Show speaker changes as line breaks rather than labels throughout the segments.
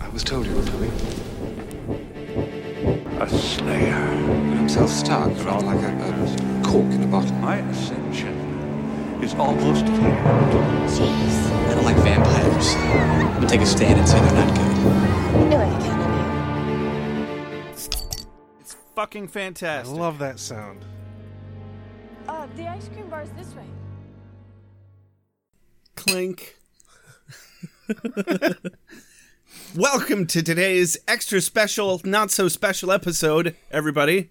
I was told you were coming.
A slayer.
I'm self-stuck, rather like a, a cork in a bottle.
My ascension is almost here.
Jeez.
I don't like vampires. I'm gonna take a stand and say they're not good.
No way again.
It's fucking
I
fantastic.
love that sound.
Uh, the ice cream bar's this way.
Clink. Welcome to today's extra special, not so special episode, everybody.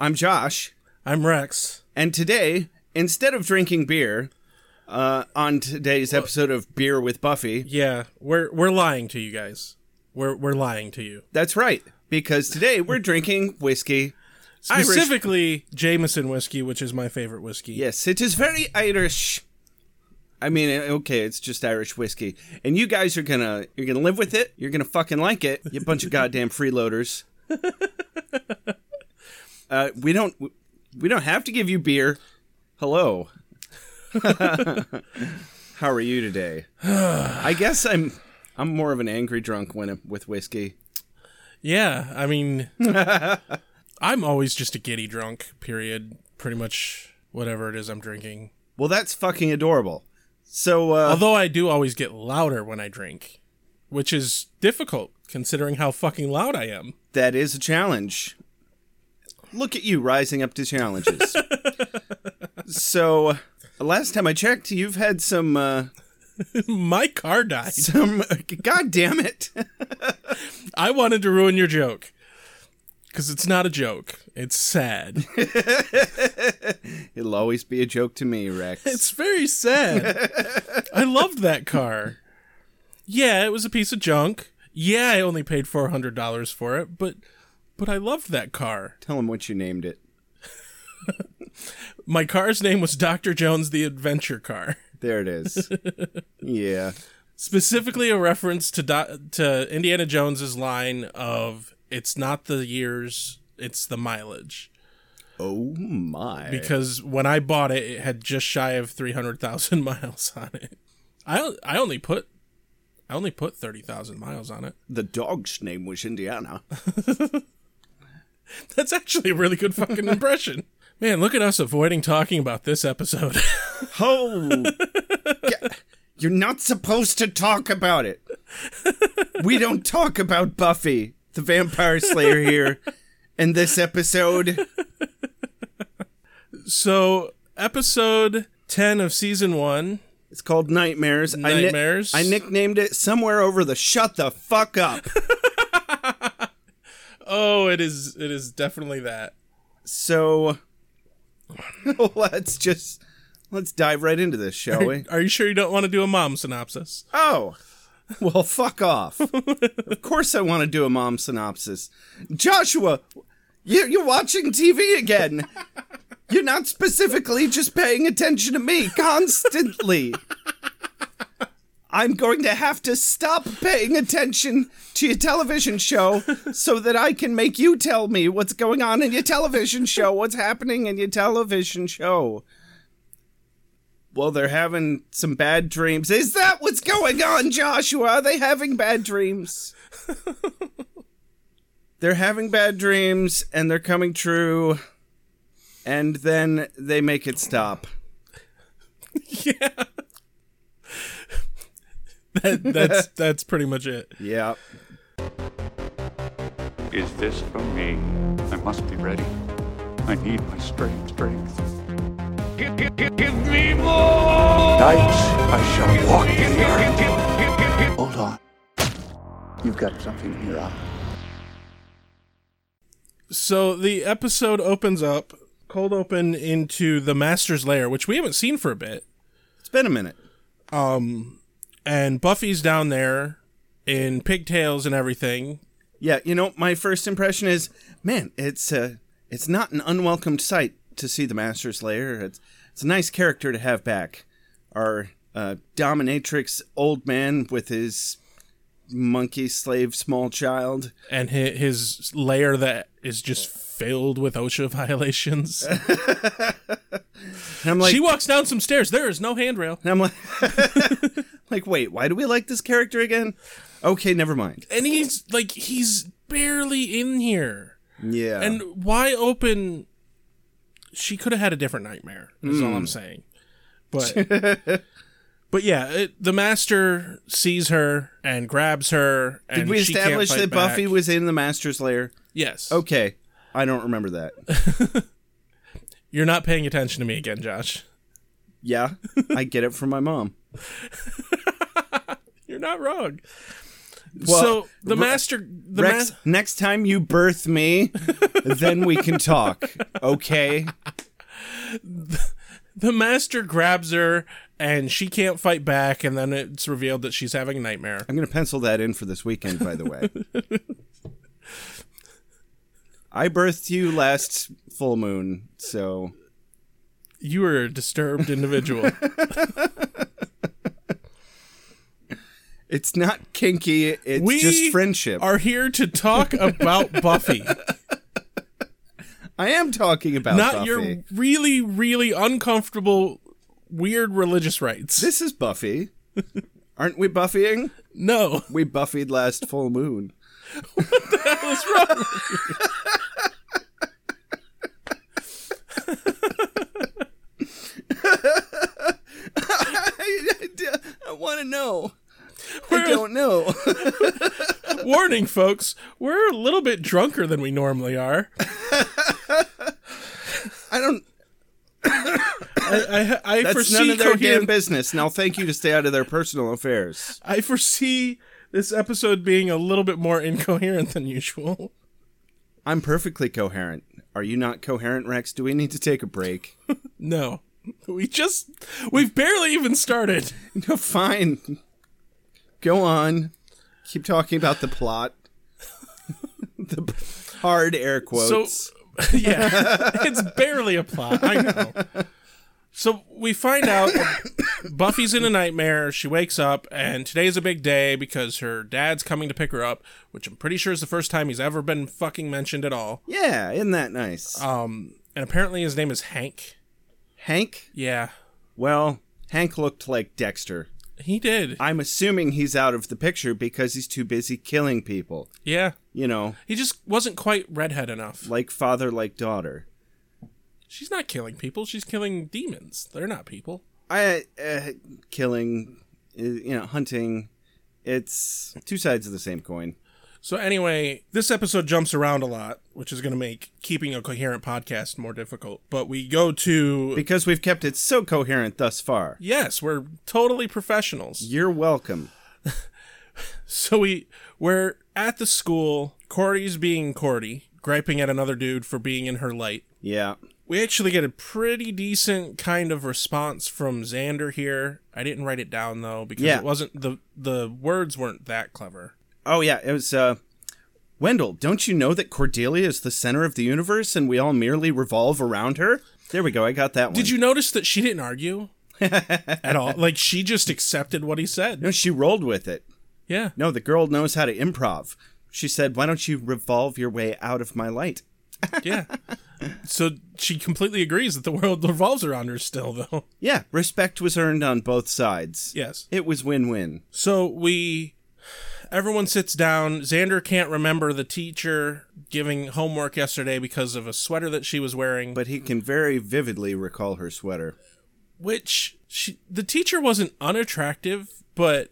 I'm Josh,
I'm Rex.
and today, instead of drinking beer, uh, on today's episode of Beer with Buffy,
Yeah, we're we're lying to you guys. We're we're lying to you.
that's right, because today we're drinking whiskey. Irish-
Specifically, Jameson whiskey, which is my favorite whiskey.
Yes, it is very Irish. I mean, eh, okay, it's just Irish whiskey, and you guys are gonna you're gonna live with it. You're gonna fucking like it. You bunch of goddamn freeloaders. Uh, we don't we don't have to give you beer. Hello. How are you today? I guess I'm I'm more of an angry drunk when with whiskey.
Yeah, I mean, I'm always just a giddy drunk. Period. Pretty much whatever it is I'm drinking.
Well, that's fucking adorable. So uh,
Although I do always get louder when I drink, which is difficult considering how fucking loud I am.
That is a challenge. Look at you rising up to challenges. so, last time I checked, you've had some uh,
My car died.
some. God damn it!
I wanted to ruin your joke because it's not a joke. It's sad.
It'll always be a joke to me, Rex.
It's very sad. I loved that car. Yeah, it was a piece of junk. Yeah, I only paid four hundred dollars for it, but but I loved that car.
Tell him what you named it.
My car's name was Doctor Jones the Adventure Car,
There it is. yeah,
specifically a reference to Do- to Indiana Jones's line of "It's not the years, it's the mileage."
Oh my.
Because when I bought it, it had just shy of three hundred thousand miles on it. I I only put I only put thirty thousand miles on it.
the dog's name was Indiana.
That's actually a really good fucking impression. Man, look at us avoiding talking about this episode.
Oh, yeah. you're not supposed to talk about it. We don't talk about Buffy, the Vampire Slayer, here in this episode.
so, episode 10 of season 1.
It's called Nightmares. I ni-
Nightmares.
I, nicknamed it somewhere over the shut the fuck up.
Oh, it is it is definitely that.
So let's just let's dive right into this, shall we?
Are you sure you don't want to do a mom synopsis?
Oh. Well, fuck off. of course I want to do a mom synopsis. Joshua, you, you're watching TV again. You're not specifically just paying attention to me constantly. I'm going to have to stop paying attention to your television show so that I can make you tell me what's going on in your television show, what's happening in your television show. Well, they're having some bad dreams. Is that what's going on, Joshua? Are they having bad dreams? they're having bad dreams and they're coming true. And then they make it stop.
yeah. that, that's that's pretty much it.
Yeah.
Is this for me? I must be ready. I need my strength. Strength. Give, give, give, give me more. Nights I shall walk in the earth. Hold on. You've got something in your eye.
So the episode opens up cold open into the master's lair, which we haven't seen for a bit.
It's been a minute.
Um, and Buffy's down there in pigtails and everything.
Yeah, you know, my first impression is, man, it's uh, it's not an unwelcome sight to see the Master's Lair. It's it's a nice character to have back. Our uh, dominatrix old man with his monkey slave small child.
And hi- his lair that is just filled with OSHA violations.
And I'm like,
she walks down some stairs. There is no handrail.
and I'm like, Like, wait, why do we like this character again? Okay, never mind.
and he's like he's barely in here.
Yeah.
And why open? She could have had a different nightmare. That's all
Hmm.
I'm saying. But but yeah, it, the master sees her and grabs her. And
did we
she can't
establish
fight
that Buffy
back.
was in the Master's Lair?
Yes. Okay.
Okay. I don't remember that.
You're not paying attention to me again, Josh.
Yeah. I get it from my mom.
You're not wrong.
Well,
so the
Re-
master, the
Rex,
master.
next time you birth me, then we can talk. Okay?
the master grabs her and she can't fight back and then it's revealed that she's having a nightmare
I'm going to pencil that in for this weekend, by the way. I birthed you last full moon, so
you are a disturbed individual
it's not kinky. It's
We
just friendship.
are here to talk about buffy
I am talking about
not
Buffy.
your really really uncomfortable weird religious rights
This is Buffy. Aren't we buffying?
no
We buffied last full moon.
what's wrong
I, want to know.
We're-
know.
warning folks we're a little bit drunker than we normally are
I don't.
i, I, I
That's none
foresee
of their damn
coherent,
business. Now, thank you to stay out of their personal affairs.
i foresee this episode being a little bit more incoherent than usual
I'm perfectly coherent. Are you not coherent, Rex? Do we need to take a break?
No. We just we've barely even started.
no, fine. Go on. Keep talking about the plot. the p- hard air quotes.
yeah. It's barely a plot. I know. So we find out Buffy's in a nightmare. She wakes up and today's a big day because her dad's coming to pick her up, which I'm pretty sure is the first time he's ever been fucking mentioned at all.
yeah, isn't that nice?
And apparently his name is Hank.
Hank?
Yeah.
Well, Hank looked like Dexter.
He did.
I'm assuming he's out of the picture because he's too busy killing people.
Yeah.
You know,
He just wasn't quite redhead enough.
like father, like daughter.
She's not killing people. She's killing demons. They're not people.
I uh, killing, uh, you know, hunting. It's two sides of the same coin.
So anyway, this episode jumps around a lot, which is going to make keeping a coherent podcast more difficult. But we go to
Because we've kept it so coherent thus far.
yes, we're totally professionals.
You're welcome.
So we we're at the school. Cordy's being Cordy, griping at another dude for being in her light.
Yeah.
We actually get a pretty decent kind of response from Xander here. I didn't write it down though because
Yeah.
it wasn't the the words weren't that clever.
Oh yeah, it was. uh Wendell, don't you know that Cordelia is the center of the universe and we all merely revolve around her? There we go. I got that one.
Did you notice that she didn't argue at all? Like she just accepted what he said.
No, she rolled with it.
Yeah.
No, the girl knows how to improv. She said, Why don't you revolve your way out of my light?
Yeah. So she completely agrees that the world revolves around her still, though.
Yeah, respect was earned on both sides.
Yes.
It was win win.
So we. Everyone sits down. Xander can't remember the teacher giving homework yesterday because of a sweater that she was wearing, but
But he can very vividly recall her sweater.
which she, the teacher wasn't unattractive, but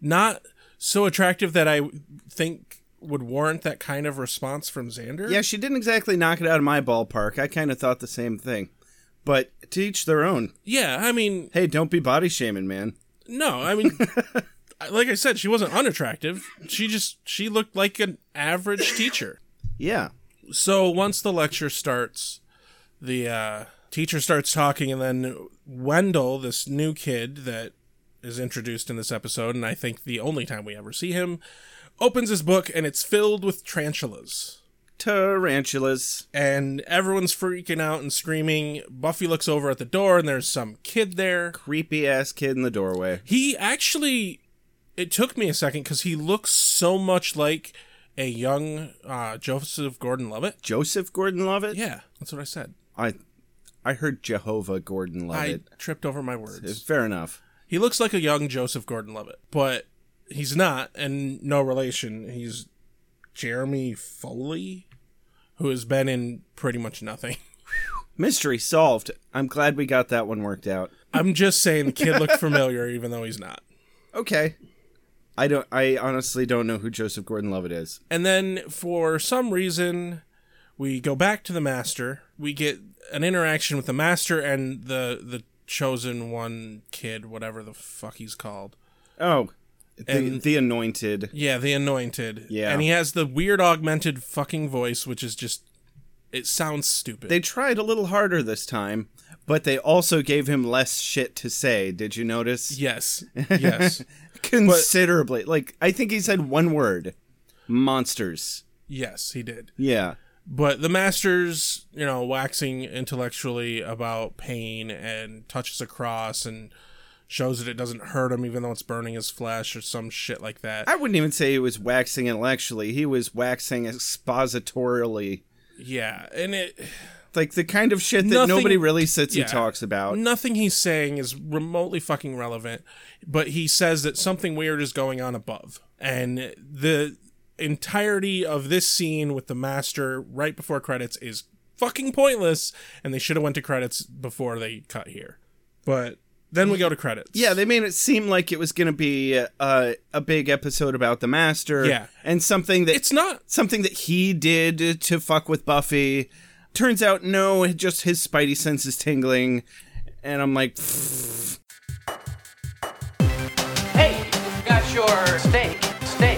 not so attractive that I think would warrant that kind of response from Xander.
Yeah, she didn't exactly knock it out of my ballpark. I kind of thought the same thing. But to each their own.
Yeah. I mean,
Hey, don't be body shaming, man.
No, I mean, like I said, she wasn't unattractive. She just she looked like an average teacher.
Yeah.
So once the lecture starts, the uh, teacher starts talking, and then Wendell, this new kid that is introduced in this episode, and I think the only time we ever see him, opens his book and it's filled with tarantulas.
Tarantulas.
And everyone's freaking out and screaming. Buffy looks over at the door, and there's some kid there.
Creepy ass kid in the doorway.
He actually, it took me a second because he looks so much like a young uh, Joseph Gordon-Levitt.
Joseph Gordon Levitt?
Yeah, that's what I said.
I I heard Jehovah Gordon
I
Levitt.
tripped over my
It's
words.
Fair enough.
He looks like a young Joseph Gordon-Levitt, but he's not, and no relation. He's Jeremy Foley, who has been in pretty much nothing.
Mystery solved. I'm glad we got that one worked out.
I'm just saying the kid looked familiar, even though he's not.
Okay. I don't. I honestly don't know who Joseph Gordon-Levitt is.
And then for some reason, we go back to the master. We get an interaction with the master and the the chosen one kid, whatever the fuck he's called.
Oh, the,
And-
the Anointed.
Yeah, the anointed.
Yeah.
And he has the weird augmented fucking voice, which is just it sounds stupid.
They tried a little harder this time, but they also gave him less shit to say. Did you notice?
yes. Yes.
Considerably. like I think he said one word: monsters.
yes, he did.
Yeah.
But the master's, you know, waxing intellectually about pain and touches a cross and shows that it doesn't hurt him even though it's burning his flesh or some shit like that.
I wouldn't even say he was waxing intellectually. He was waxing expositorially.
Yeah, and it
Like the kind of shit that
Nothing-
nobody really sits
yeah.
and talks about.
nothing he's saying is remotely fucking relevant, but he says that something weird is going on above. And the entirety of this scene with the master right before credits is fucking pointless and they should have went to credits before they cut here. But then we go to credits.
Yeah, they made it seem like it was going to be uh, a big episode about the master.
Yeah.
and something that
It's not
something that he did to fuck with Buffy. Turns out, no, just his spidey sense is tingling, and I'm like, "Pfft,
Hey, got your steak, steak.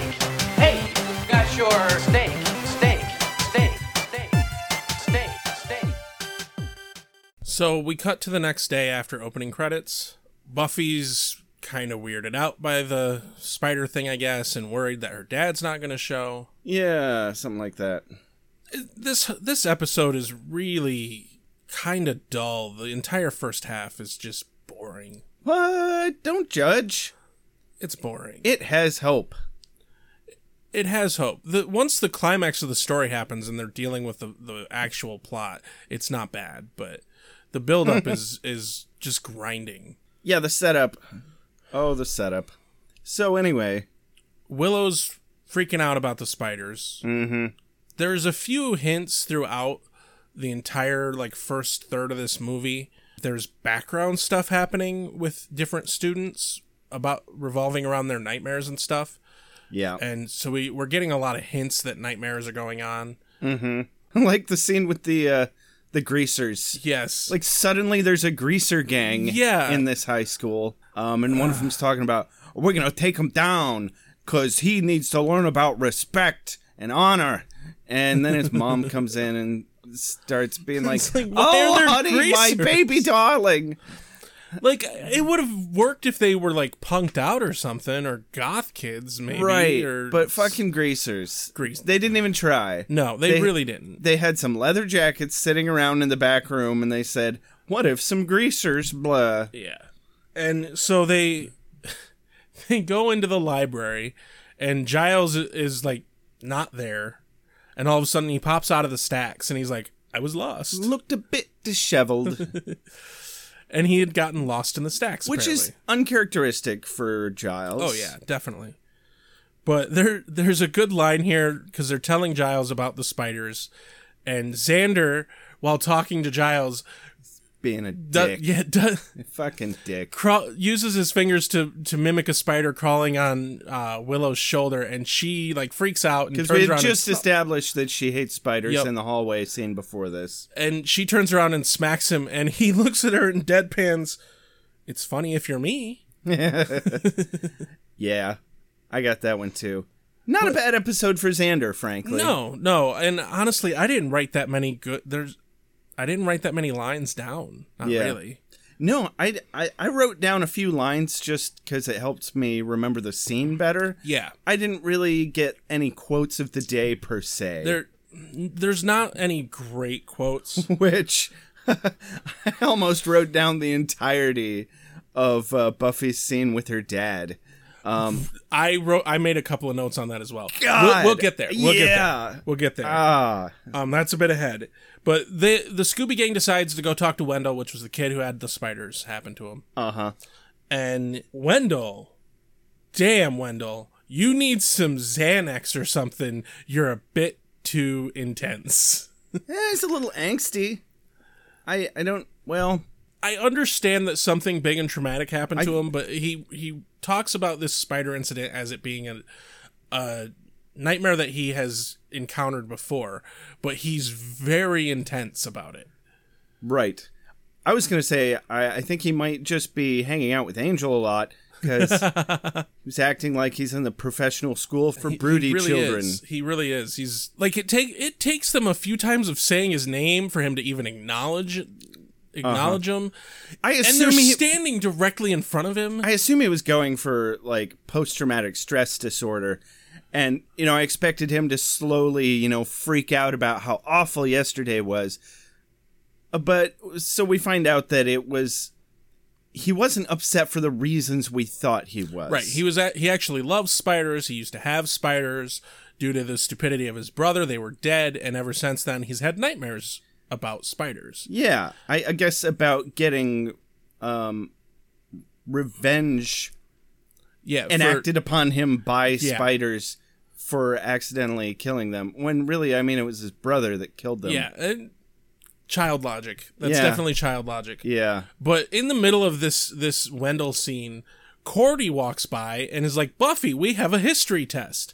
Hey, got your steak, steak, steak, steak, steak, steak.
So we cut to the next day after opening credits. Buffy's kind of weirded out by the spider thing, I guess, and worried that her dad's not going to show.
yeah, something like that.
This this episode is really kind of dull. The entire first half is just boring.
What? Don't judge.
It's boring.
It
It,
has hope.
it has hope. The, once the climax of the story happens and they're dealing with the, the actual plot, it's not bad, but the buildup is is just grinding.
Yeah, the setup. Oh, the setup. So anyway,
Willow's freaking out about the spiders. Mm-hmm. There's a few hints throughout the entire like first third of this movie. There's background stuff happening with different students about revolving around their nightmares and stuff.
yeah,
And so we, we're getting a lot of hints that nightmares are going on.
like the scene with the uh, the greasers.
Yes.
like suddenly there's a greaser gang
Yeah.
in this high school um, and one of them's talking about we're gonna take him down because he needs to learn about respect and honor and then his mom comes in and starts being like,
It's like, why are
oh
there
honey my
greasers?"
baby darling
like it would have worked if they were like punked out or something or goth kids maybe
right
or
but fucking greasers
Grease-
they didn't even try
No, they,
they-
really didn't.
they had some leather jackets sitting around in the back room and they said what if some greasers blah
Yeah. And so they they go into the library and Giles i- is like not there. And all of a sudden he pops out of the stacks and he's like, I was lost.
looked a bit disheveled
And he had gotten lost in the stacks.
which is
apparently.
uncharacteristic for Giles.
Oh yeah, definitely. But there there's a good line here because they're telling Giles about the spiders and Xander while talking to Giles,
being a
do-
dick,
yeah, do-
fucking dick.
crawl, uses his fingers to to mimic a spider crawling on uh, Willow's shoulder, and she like freaks out and
Because
turns
we had
around
just
and,
established that she hates spiders
Yep.
in the hallway scene before this.
and she turns around and smacks him, and he looks at her and deadpans. It's funny if you're me.
Yeah, I got that one too. Not a bad episode for Xander, frankly.
No, no, and honestly, I didn't write that many good. There's, I didn't write that many lines down. Not
Yeah.
really.
no, I, I I wrote down a few lines just because it helped me remember the scene better.
Yeah,
I didn't really get any quotes of the day per se.
there, there's not any great quotes.
which I almost wrote down the entirety of uh, Buffy's scene with her dad.
I wrote, I made a couple of notes on that as well.
God.
We'll, we'll get there. We'll get
Yeah.
there. We'll get there.
Ah,
Um, that's a bit ahead. But the the Scooby Gang decides to go talk to Wendell, which was the kid who had the spiders happen to him.
uh huh.
And Wendell, damn, Wendell, you need some Xanax or something. You're a bit too intense.
Eh, it's a little angsty. I I don't. Well,
I understand that something big and traumatic happened to him, but he he talks about this spider incident as it being a, a nightmare that he has encountered before, but he's very intense about it.
right. I was gonna say I, I think he might just be hanging out with Angel a lot because he's acting like he's in the professional school for broody
he really
children.
Is. He really is. He's like it take it takes them a few times of saying his name for him to even acknowledge acknowledge him.
I
And they're
assume Uh-huh. he.
standing directly in front of him.
I assume he was going for like post traumatic stress disorder. And, you know, I expected him to slowly, you know, freak out about how awful yesterday was. Uh, But so we find out that it was. He wasn't upset for the reasons we thought he was.
Right. He was at, he actually loves spiders. He used to have spiders due to the stupidity of his brother. They were dead, and ever since then he's had nightmares about spiders.
Yeah. I, I guess about getting um, revenge
Yeah. for-
enacted upon him by spiders for accidentally killing them. When really, I mean, it was his brother that killed them.
yeah. and child logic. That's
Yeah.
definitely child logic.
Yeah.
But in the middle of this this Wendell scene, Cordy walks by and is like, "Buffy, we have a history test."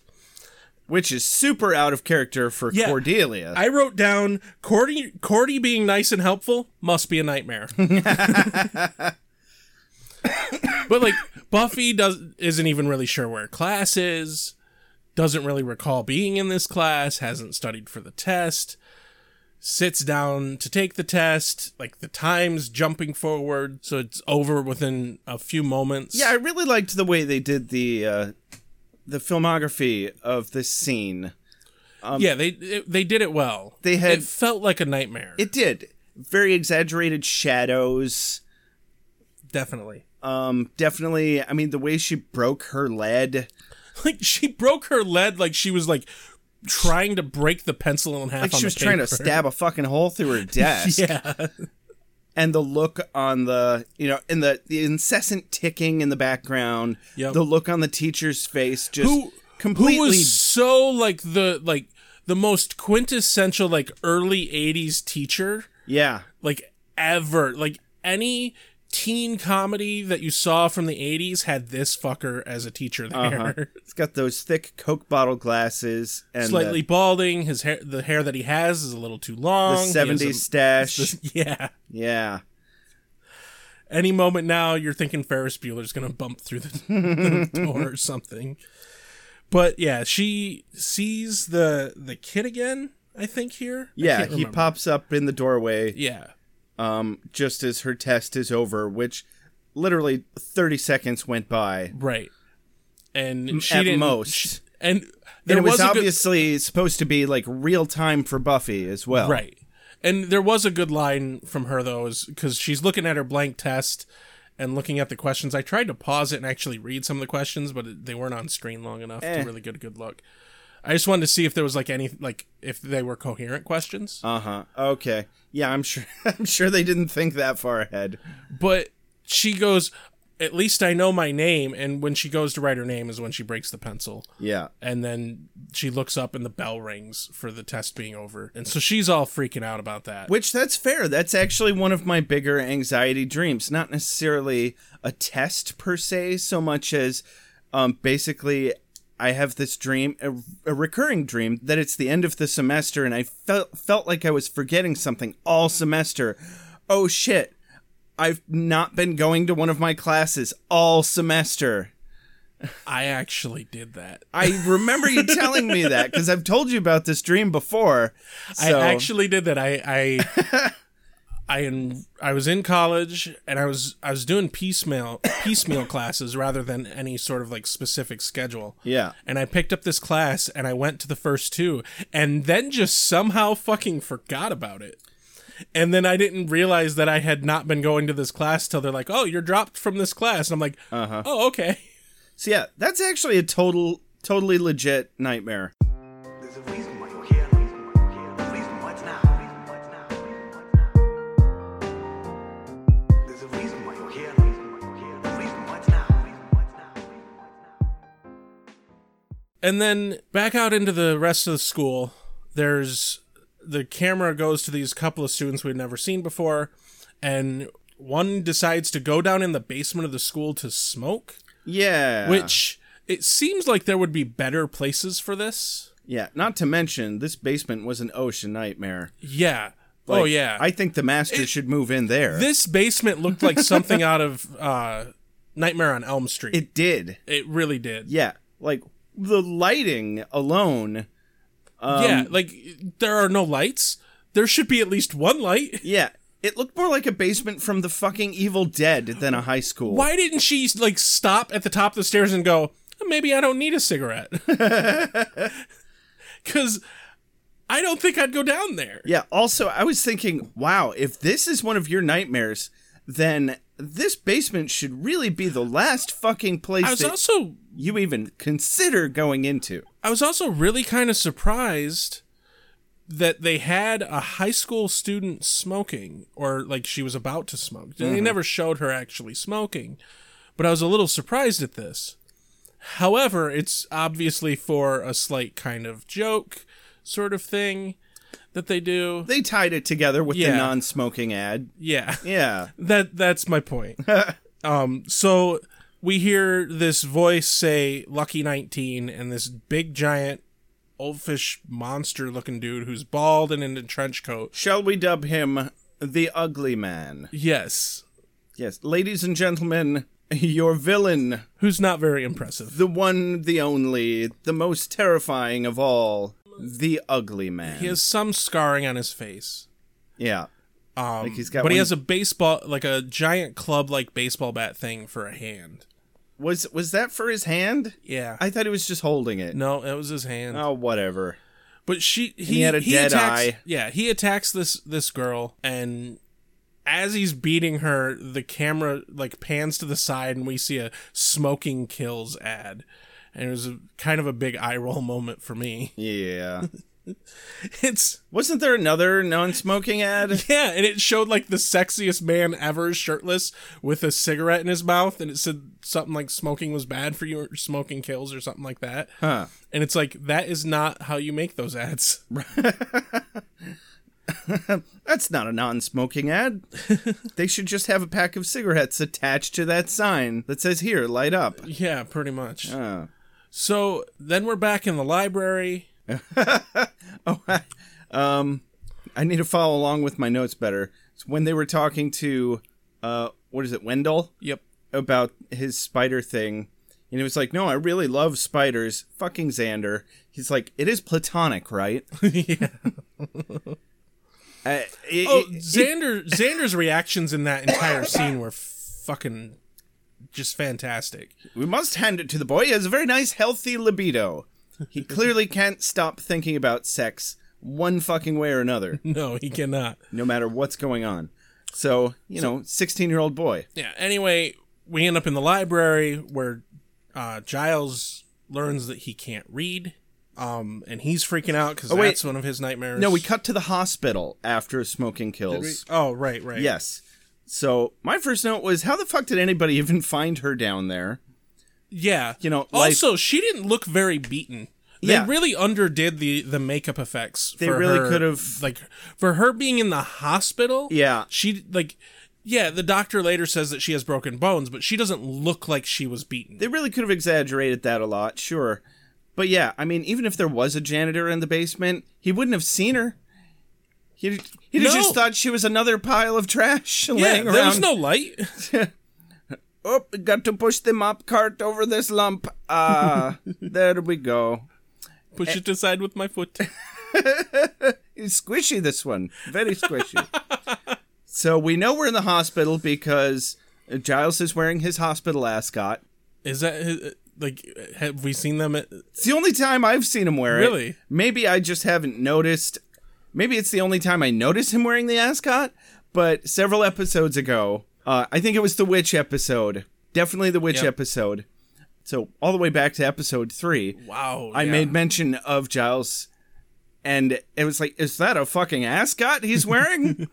which is super out of character for
Yeah.
Cordelia.
I wrote down Cordy Cordy being nice and helpful must be a nightmare. but like Buffy does isn't even really sure where class is, doesn't really recall being in this class, hasn't studied for the test, sits down to take the test, like the time's jumping forward, so it's over within a few moments.
yeah, I really liked the way they did the uh, the filmography of this scene.
yeah, they it, they did it well.
Um, They had-
it felt like a nightmare.
It did very exaggerated shadows.
definitely.
Um, definitely. I mean, the way she broke her lead,
like she broke her lead like she was like trying to break the pencil in half
like
on
she was
the
trying to
paper.
stab a fucking hole through her desk.
yeah
and the look on the you know and the the incessant ticking in the background
Yep.
the look on the teacher's face just
who
completely
who was so like the like the most quintessential like early 80s teacher
yeah
like ever like any teen comedy that you saw from the 80s had this fucker as a teacher there
it's got those thick coke bottle glasses Uh-huh. and the-
slightly balding his hair the hair that he has is a little too long
the
He has
70s stash.
a- yeah
yeah.
any moment now you're thinking Ferris Bueller's gonna bump through the, the door or something. But yeah, she sees the the kid again. I think here. I
Yeah,
can't
he
remember.
pops up in the doorway
Yeah,
um just as her test is over, which literally 30 seconds went by
right. And she
at
didn't-
most.
she- and there
and it was,
a good-
obviously supposed to be like real time for Buffy as well.
right. And there was a good line from her though, is because she's looking at her blank test and looking at the questions. I tried to pause it and actually read some of the questions, but it- they weren't on screen long enough
Eh.
to really get a good look. I just wanted to see if there was like any like if they were coherent questions.
Uh-huh. Okay. Yeah, I'm sure I'm sure they didn't think that far ahead.
but she goes at least i know my name and when she goes to write her name is when she breaks the pencil
Yeah.
and then she looks up and the bell rings for the test being over and so she's all freaking out about that
Which that's fair. That's actually one of my bigger anxiety dreams. Not necessarily a test per se, so much as um, basically I have this dream, a, a recurring dream, that it's the end of the semester, and I felt felt like I was forgetting something all semester. Oh shit! I've not been going to one of my classes all semester.
i actually did that
I remember you telling me that because I've told you about this dream before. So,
i actually did that i i I, in, I was in college and I was I was doing piecemeal piecemeal classes rather than any sort of like specific schedule.
yeah.
and I picked up this class and I went to the first two and then just somehow fucking forgot about it. And then I didn't realize that I had not been going to this class till they're like, "Oh, you're dropped from this class." And I'm like,
Uh-huh.
"Oh, okay."
So yeah, that's actually a total, totally legit nightmare.
There's a reason why you're here. Reason why you're here. Reason what's now. Reason what's now. Reason what's now. There's a reason why you're here. Reason why you're here. Reason what's
And then back out into the rest of the school, there's the camera goes to these couple of students we've never seen before, and one decides to go down in the basement of the school to smoke,
Yeah.
which it seems like there would be better places for this.
Yeah. Not to mention, this basement was an ocean nightmare.
Yeah. oh
Like,
yeah.
I think the master should move in there.
this basement looked like something out of uh, Nightmare on Elm Street. It,
it did.
really did.
Yeah. Like the lighting alone. Um,
yeah, like there are no lights. There should be at least one light.
Yeah. It looked more like a basement from the fucking Evil Dead than a high school.
Why didn't she like stop at the top of the stairs and go, maybe I don't need a cigarette? Because I don't think I'd go down there.
Yeah. Also, I was thinking, wow, if this is one of your nightmares, then this basement should really be the last fucking place
I was
that
also
you even consider going into.
I was also really kind of surprised that they had a high school student smoking or like she was about to smoke. They never showed her actually smoking, but I was a little surprised at this. However, it's obviously for a slight kind of joke sort of thing that they do.
They tied it together with the
Yeah.
non-smoking ad.
Yeah.
Yeah.
That that's my point. um so we hear this voice say lucky 19 and this big giant oldfish monster looking dude who's bald and in a trench coat.
Shall we dub him the Ugly Man?
Yes.
Yes, ladies and gentlemen, your villain,
Who's not very impressive.
the one, the only, the most terrifying of all, the Ugly Man.
He has some scarring on his face.
yeah. Um, like he's got
But he
one-
has a baseball like a giant club like baseball bat thing for a hand.
was was that for his hand?
Yeah.
I thought he was just holding it.
no, it was his hand.
Oh, whatever.
But she he,
he had a dead
attacks,
eye.
Yeah, he attacks this this girl and as he's beating her, the camera like pans to the side and we see a smoking kills ad. And it was a, kind of a big eye roll moment for me.
Yeah.
It's
Wasn't there another non-smoking ad?
yeah, and it showed like the sexiest man ever shirtless with a cigarette in his mouth and it said something like smoking was bad for you or smoking kills or something like that.
Huh.
And it's like that is not how you make those ads.
That's not a non-smoking ad. they should just have a pack of cigarettes attached to that sign that says "Here, light up."
Yeah, pretty much.
Oh.
So then we're back in the library.
I need to follow along with my notes better. It's when they were talking to, uh, what is it, Wendell
Yep.
about his spider thing, and he was like, "No, I really love spiders." Fucking Xander. He's like, "It is platonic, right?"
yeah.
Uh, it-
Oh,
it-
Xander Xander's reactions in that entire scene were fucking just fantastic.
We must hand it to the boy. He has a very nice, healthy libido. He clearly can't stop thinking about sex one fucking way or another,
No, he cannot.
no matter what's going on. So, you know, 16 year old boy.
Yeah. Anyway, we end up in the library where uh, Giles learns that he can't read. Um, and he's freaking out because
Oh, wait.
that's one of his nightmares.
No, we cut to the hospital after smoking kills.
Oh, right, right.
Yes. So, my first note was how the fuck did anybody even find her down there?
Yeah.
You know, like-
also she didn't look very beaten. They
Yeah.
really underdid the the makeup effects.
They
for
really
her-
could've-
like for her being in the hospital.
Yeah.
she like yeah. The doctor later says that she has broken bones, but she doesn't look like she was beaten.
They really could have exaggerated that a lot, sure. But yeah, I mean, even if there was a janitor in the basement, he wouldn't have seen her. He'd, he'd have
No.
just thought she was another pile of trash
yeah,
laying
there
around.
was no light.
Oh, got to push the mop cart over this lump. Ah, there we go. Eh.
Push it aside with my foot.
It's squishy, this one. Very squishy. so we know we're in the hospital because Giles is wearing his hospital ascot.
Is that his, like have we seen them? At,
It's the only time I've seen him wear it.
Really?
Maybe I just haven't noticed. Maybe it's the only time I notice him wearing the ascot. But several episodes ago, uh, I think it was the witch episode. Definitely the witch
Yep.
episode. So all the way back to episode three,
wow,
I
yeah.
made mention of Giles and it was like, is that a fucking ascot he's wearing?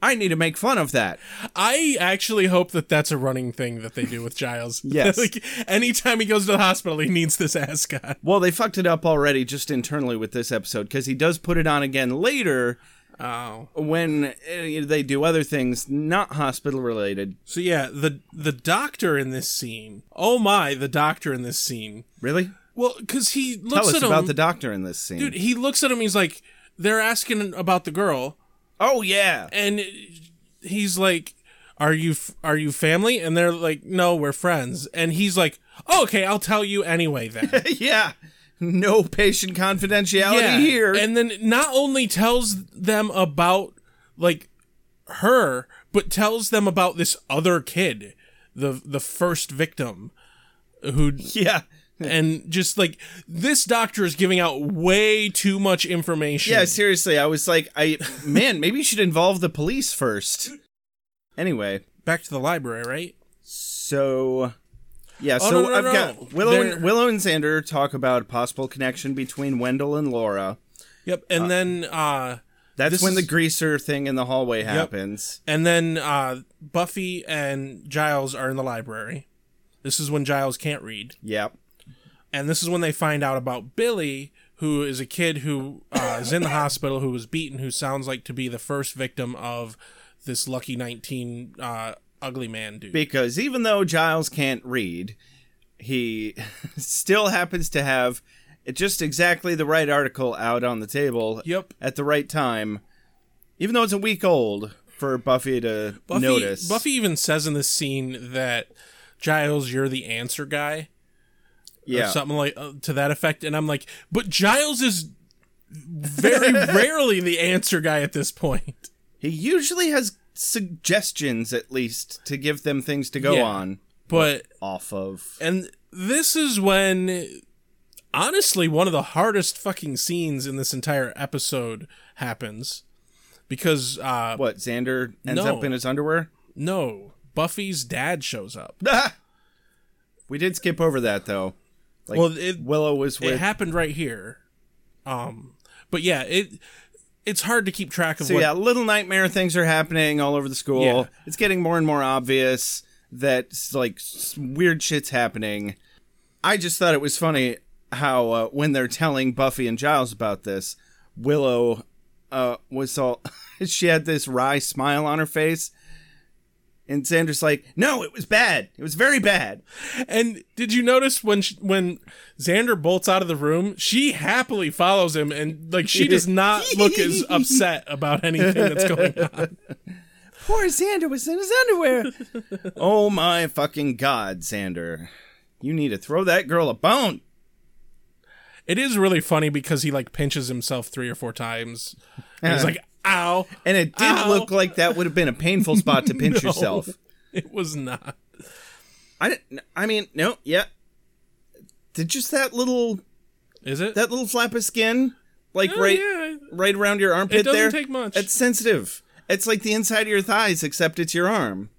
I need to make fun of that.
I actually hope that that's a running thing that they do with Giles.
Yes.
like anytime he goes to the hospital, he needs this ascot.
Well, they fucked it up already just internally with this episode because he does put it on again later
Oh.
when uh, they do other things not hospital related.
So yeah, the the doctor in this scene. Oh my, the doctor in this scene.
Really?
Well, because he
Tell
looks
us
at
about
him,
the doctor in this scene.
dude. He looks at him. He's like, they're asking about the girl,
oh yeah.
and he's like, "Are you f- are you family?" And they're like, "No, we're friends." And he's like, oh, "Okay, I'll tell you anyway then."
yeah. No patient confidentiality
yeah.
here.
And then not only tells them about like her, but tells them about this other kid, the the first victim, who
yeah.
and just like this doctor is giving out way too much information.
Yeah, seriously, I was like, I man, maybe you should involve the police first. Anyway,
back to the library, right?
so yeah,
Oh,
so
no, no,
I've
no.
got Willow
They're-
and, Willow and Xander talk about a possible connection between Wendell and Laura.
Yep. And then uh
That's
This
when the
is-
greaser thing in the hallway happens.
and then uh Buffy and Giles are in the library. This is when Giles can't read.
Yep.
and this is when they find out about Billy, who is a kid who uh, is in the hospital, who was beaten, who sounds like to be the first victim of this lucky nineteen uh, ugly man dude.
Because even though Giles can't read, he still happens to have just exactly the right article out on the table
Yep.
at the right time, even though it's a week old for Buffy to
Buffy,
notice.
Buffy even says in this scene that Giles, you're the answer guy, or
yeah.
something like uh, to that effect. And I'm like, but Giles is very rarely the answer guy at this point.
He usually has suggestions, at least, to give them things to go
Yeah.
on
But
off of.
And this is when, honestly, one of the hardest fucking scenes in this entire episode happens. Because, uh,
What, Xander ends
No.
up in his underwear?
no, Buffy's dad shows up.
we did skip over that, though. Like,
Well, it-
Willow was with.
It happened right here. Um, but yeah, it it's hard to keep track of
So
what.
yeah, little nightmare things are happening all over the school.
Yeah.
It's getting more and more obvious that like s- weird shit's happening. I just thought it was funny how uh, when they're telling Buffy and Giles about this, Willow uh, was all she had this wry smile on her face. And Sandra's like, no, it was bad. It was very bad.
And did you notice when sh when Xander bolts out of the room, she happily follows him, and like she does not look as upset about anything that's going on.
Poor Xander was in his underwear. oh my fucking god, Xander. You need to throw that girl a bone.
It is really funny because he like pinches himself three or four times. And he's like, "Ow!"
Uh-huh. And it did
Ow.
look like that would have been a painful spot to pinch
No.
yourself.
It was not.
I, didn't- I mean, no, yeah. Did just that little
Is it?
that little flap of skin, like
Oh,
right
yeah.
right around your armpit
doesn't
there?
take much.
It's sensitive. It's like the inside of your thighs, except it's your arm.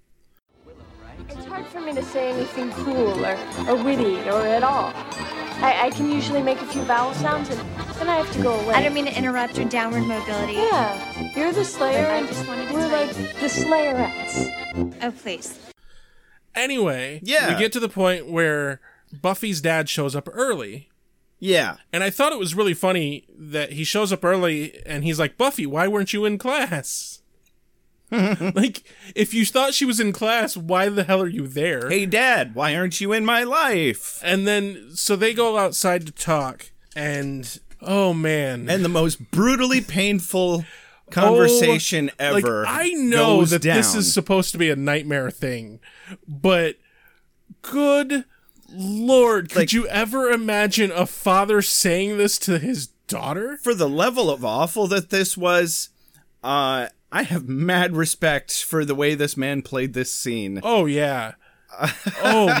It's hard for me to say anything cool or, or witty or at all. I, I can usually make a few vowel sounds and then I have to go away.
I don't mean to interrupt your downward mobility.
Yeah, you're the Slayer,
I
and
just wanted to
we're
tell
like the Slayerettes.
Oh, please.
Anyway,
Yeah.
we get to the point where Buffy's dad shows up early.
Yeah,
And I thought it was really funny that he shows up early and he's like, "Buffy, why weren't you in class?" like, if you thought she was in class, why the hell are you there?
Hey, Dad, why aren't you in my life?
And then so they go outside to talk and oh man.
And the most brutally painful conversation
Oh, like,
ever.
I know
goes
that this
down.
is supposed to be a nightmare thing, but good lord, could
Like-
you ever imagine a father saying this to his daughter?
for the level of awful that this was, uh, I have mad respect for the way this man played this scene.
Oh yeah. oh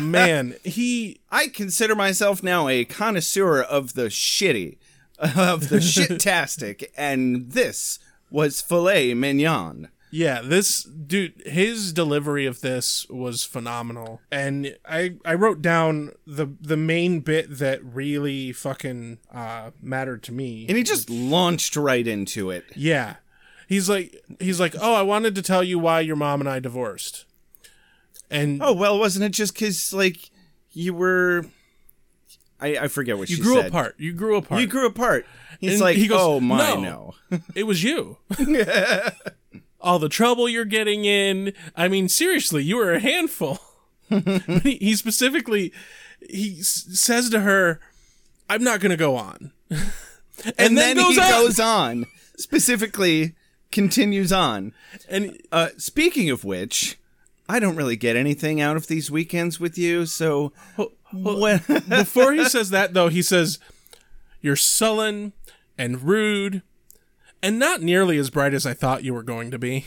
man, he
I consider myself now a connoisseur of the shitty, of the shit-tastic, and this was filet mignon.
Yeah, this dude, his delivery of this was phenomenal, and I I wrote down the the main bit that really fucking uh, mattered to me.
And he just launched right into it.
yeah, he's like he's like, oh, I wanted to tell you why your mom and I divorced, and
Oh well, wasn't it just because like you were? I I forget what
you
she
grew
said.
apart. You grew apart.
You grew apart. He's
And
like,
he goes,
oh my,
"No."
no.
it was you. All the trouble you're getting in. I mean, seriously, you were a handful. But he, he specifically he s- says to her, "I'm not going to go on," and,
and then,
then, goes
he
on.
goes on. Specifically, continues on.
and
Uh, speaking of which, I don't really get anything out of these weekends with you. So, when-
before he says that, though, he says, "You're sullen and rude, and not nearly as bright as I thought you were going to be."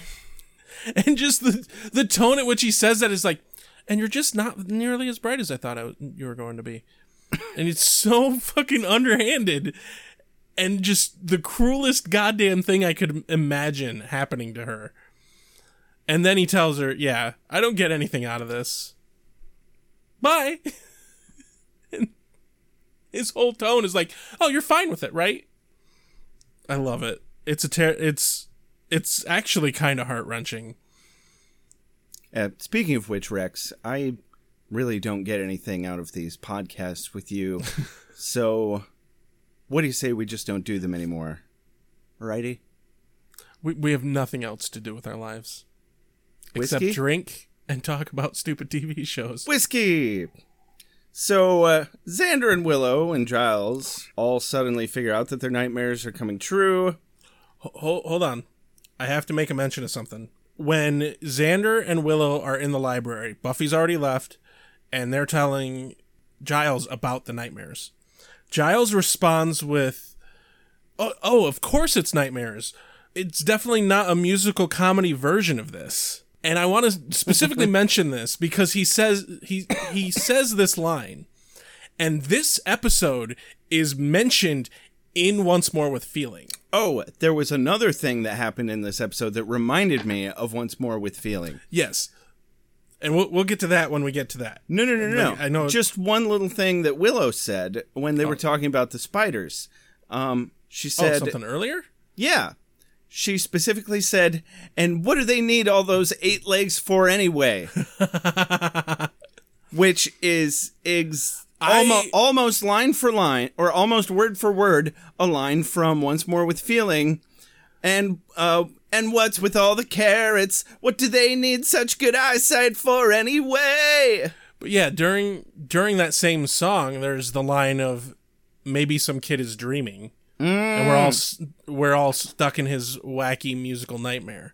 And just the the tone at which he says that is like, "And you're just not nearly as bright as I thought I w you were going to be," and it's so fucking underhanded, and just the cruelest goddamn thing I could imagine happening to her. And then he tells her, "Yeah, I don't get anything out of this. Bye." his whole tone is like, "Oh, you're fine with it, right?" I love it. It's a ter- it's it's actually kind of heart wrenching.
uh, speaking of which, Rex, I really don't get anything out of these podcasts with you. so, what do you say we just don't do them anymore? Alrighty.
We we have nothing else to do with our lives
Whiskey?
except drink and talk about stupid TV shows.
whiskey. So uh, Xander and Willow and Giles all suddenly figure out that their nightmares are coming true.
hold, hold on. I have to make a mention of something. When Xander and Willow are in the library, Buffy's already left, and they're telling Giles about the nightmares. Giles responds with, Oh, oh of course it's nightmares. It's definitely not a musical comedy version of this. And I want to specifically mention this because he says he he says this line, and this episode is mentioned in Once More with Feeling.
Oh, there was another thing that happened in this episode that reminded me of Once More with Feeling.
Yes. And we'll, we'll get to that when we get to that.
No, no, no, no.
Like, I know-
Just one little thing that Willow said when they were talking about the spiders. Um, she
Oh,
said,
something earlier?
"Yeah." She specifically said, "And what do they need all those eight legs for anyway?" Which is ex-
I-
almo- almost line for line, or almost word for word, a line from "Once More with Feeling," and uh, and what's with all the carrots? What do they need such good eyesight for anyway?
But yeah, during during that same song, there's the line of maybe some kid is dreaming, and we're all
Mm.
s- we're all stuck in his wacky musical nightmare.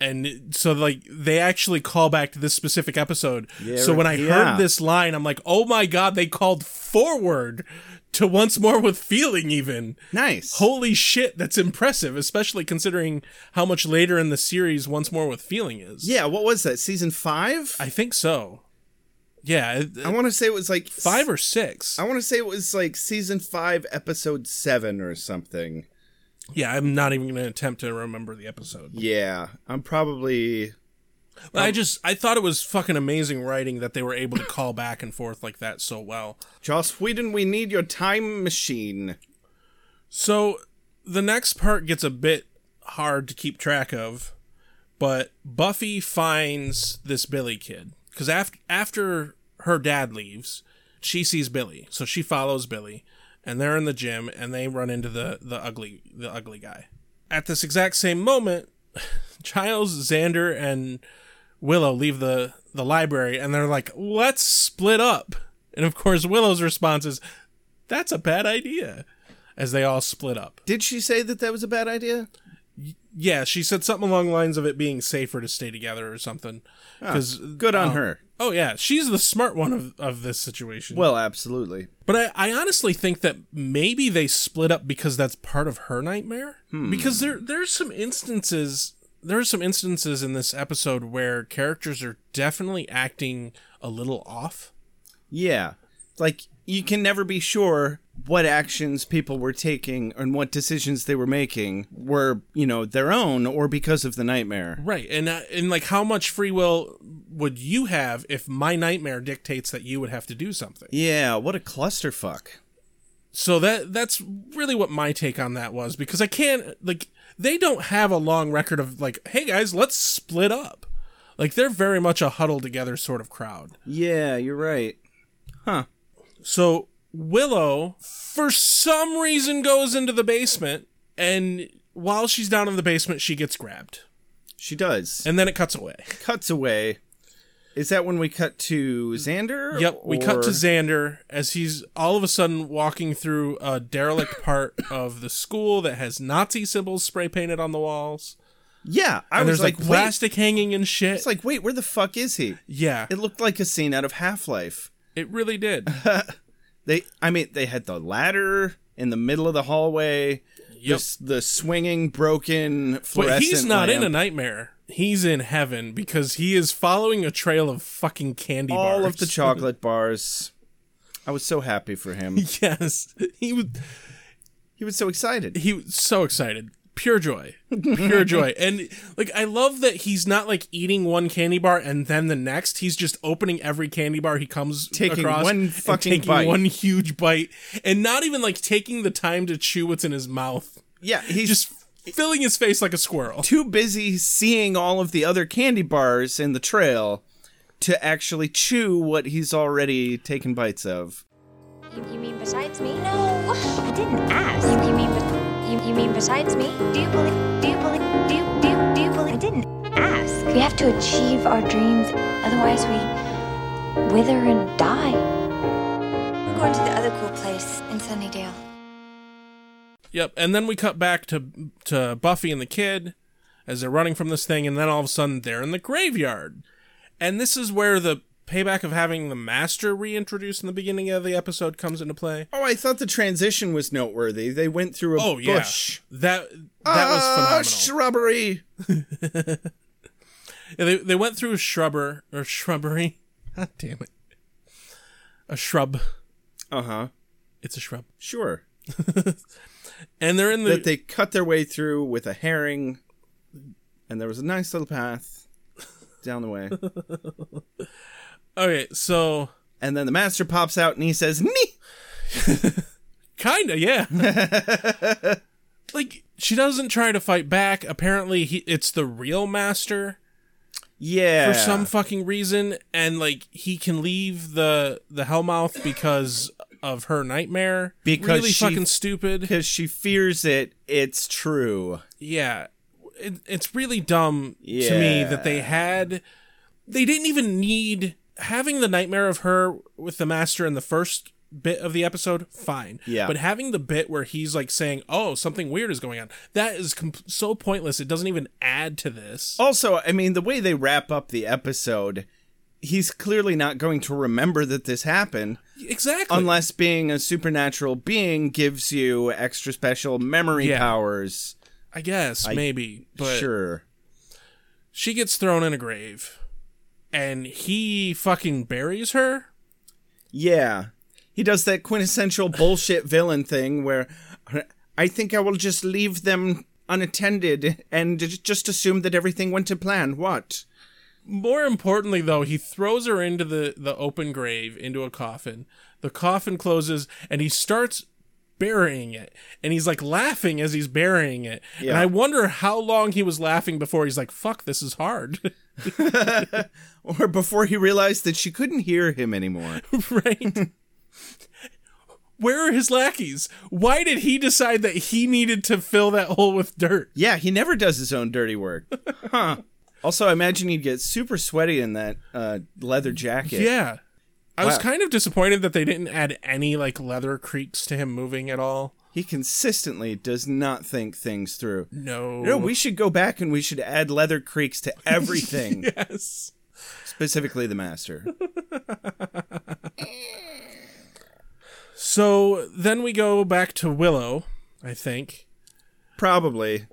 And it- so, like, they actually call back to this specific episode. so when I
yeah.
heard this line, I'm like, "Oh my god!" They called forward to once more with feeling, even.
Nice.
holy shit that's impressive especially considering how much later in the series once more with feeling is
yeah, what was that? Season five?
i think so yeah it-
I want to say it was like
five or six
I want to say it was like season five, episode seven, or something.
yeah i'm not even gonna attempt to remember the episode
Yeah, I'm probably
But i just i thought it was fucking amazing writing that they were able to call back and forth like that so well
Joss Whedon. We need your time machine.
so the next part gets a bit hard to keep track of but buffy finds this billy kid because after after her dad leaves she sees Billy, so she follows Billy, and they're in the gym and they run into the the ugly the ugly guy. At this exact same moment, Giles, Xander, and Willow leave the the library and they're like, "Let's split up." And of course, Willow's response is, "That's a bad idea." As they all split up.
Did she say that that was a bad idea?
Yeah, she said something along the lines of it being safer to stay together or something. Because
Ah, Good on her.
oh yeah, she's the smart one of, of this situation.
Well, absolutely.
But I, I honestly think that maybe they split up because that's part of her nightmare.
Hmm.
Because there there's some instances there are some instances in this episode where characters are definitely acting a little off.
Yeah, like you can never be sure what actions people were taking and what decisions they were making were, you know, their own or because of the nightmare.
Right. And uh, and like how much free will would you have if my nightmare dictates that you would have to do something?
Yeah, what a clusterfuck.
So that that's really what my take on that was because I can't like they don't have a long record of like hey guys, let's split up. Like they're very much a huddle together sort of crowd.
Yeah, you're right.
So Willow, for some reason, goes into the basement, and while she's down in the basement, she gets grabbed,
She does.
and then it cuts away.
cuts away. Is that when we cut to Xander?
Yep, we cut to
or-
Xander as he's all of a sudden walking through a derelict part of the school that has Nazi symbols spray painted on the walls,
Yeah, I
and
was
there's like,
like, wait.
plastic hanging and shit.
It's like, wait, where the fuck is he?
yeah,
It
it,
looked like a scene out of Half Life.
really did.
They, I mean, they had the ladder in the middle of the hallway.
Yep.
Yes, The, swinging, broken fluorescent.
But he's not in a
lamp.
nightmare. He's in heaven because he is following a trail of fucking candy bars.
All of the chocolate bars. I was so happy for him.
yes, he was.
He was so excited.
he was so excited pure joy pure joy and like i love that he's not like eating one candy bar and then the next he's just opening every candy bar he comes
Taking
across
one
and
fucking
taking
bite.
one huge bite and not even like taking the time to chew what's in his mouth
Yeah, he's
just filling his face like a squirrel
too busy seeing all of the other candy bars in the trail to actually chew what he's already taken bites of.
You, you mean besides me? No, I didn't ask. You, you mean bes- you, you mean besides me? Do you believe? Do you believe? Do you, do you, do you believe? I didn't ask. We have to achieve our dreams, otherwise we wither and die. I'm going to the other cool place in Sunnydale.
yep and then we cut back to to buffy and the kid as they're running from this thing and then all of a sudden they're in the graveyard and this is where the payback of having the master reintroduced in the beginning of the episode comes into play
Oh, I thought the transition was noteworthy. They went through a
Oh yeah,
bush.
that that
Ah,
was phenomenal.
Shrubbery.
Yeah, they they went through a shrubber or shrubbery. God damn it, a shrub.
Uh huh.
It's a shrub,
Sure.
and they're in the.
That they cut their way through with a herring, and there was a nice little path down the way.
okay, so
and then the master pops out and he says, "Nee."
kinda yeah. like she doesn't try to fight back. Apparently, he it's the real master
Yeah.
for some fucking reason, and like he can leave the the Hellmouth because of her nightmare.
Because
really
she-
fucking stupid.
because she fears it. It's true.
yeah it, it's really dumb to me that they had they didn't even need having the nightmare of her with the master in the first bit of the episode fine
Yeah.
but having the bit where he's like saying oh something weird is going on that is comp- so pointless it doesn't even add to this
Also, I mean, the way they wrap up the episode, he's clearly not going to remember that this happened
exactly
unless being a supernatural being gives you extra special memory
Yeah.
powers.
i guess maybe but
sure.
she gets thrown in a grave and he fucking buries her
Yeah. He does that quintessential bullshit villain thing where I think I will just leave them unattended and just assume that everything went to plan. What?
More importantly, though, he throws her into the, the open grave, into a coffin. The coffin closes, and he starts burying it. And he's like laughing as he's burying it. And
Yeah.
I wonder how long he was laughing before he's like, fuck, this is hard.
Or before he realized that she couldn't hear him anymore.
right? Where are his lackeys? Why did he decide that he needed to fill that hole with dirt?
Yeah, he never does his own dirty work. Huh. Also, I imagine he'd get super sweaty in that uh, leather jacket.
Yeah. I was
Wow.
kind of disappointed that they didn't add any like leather creaks to him moving at all.
He consistently does not think things through.
No.
You know, we should go back and we should add leather creaks to everything,
yes.
specifically the master.
So then we go back to Willow, I think,
Probably.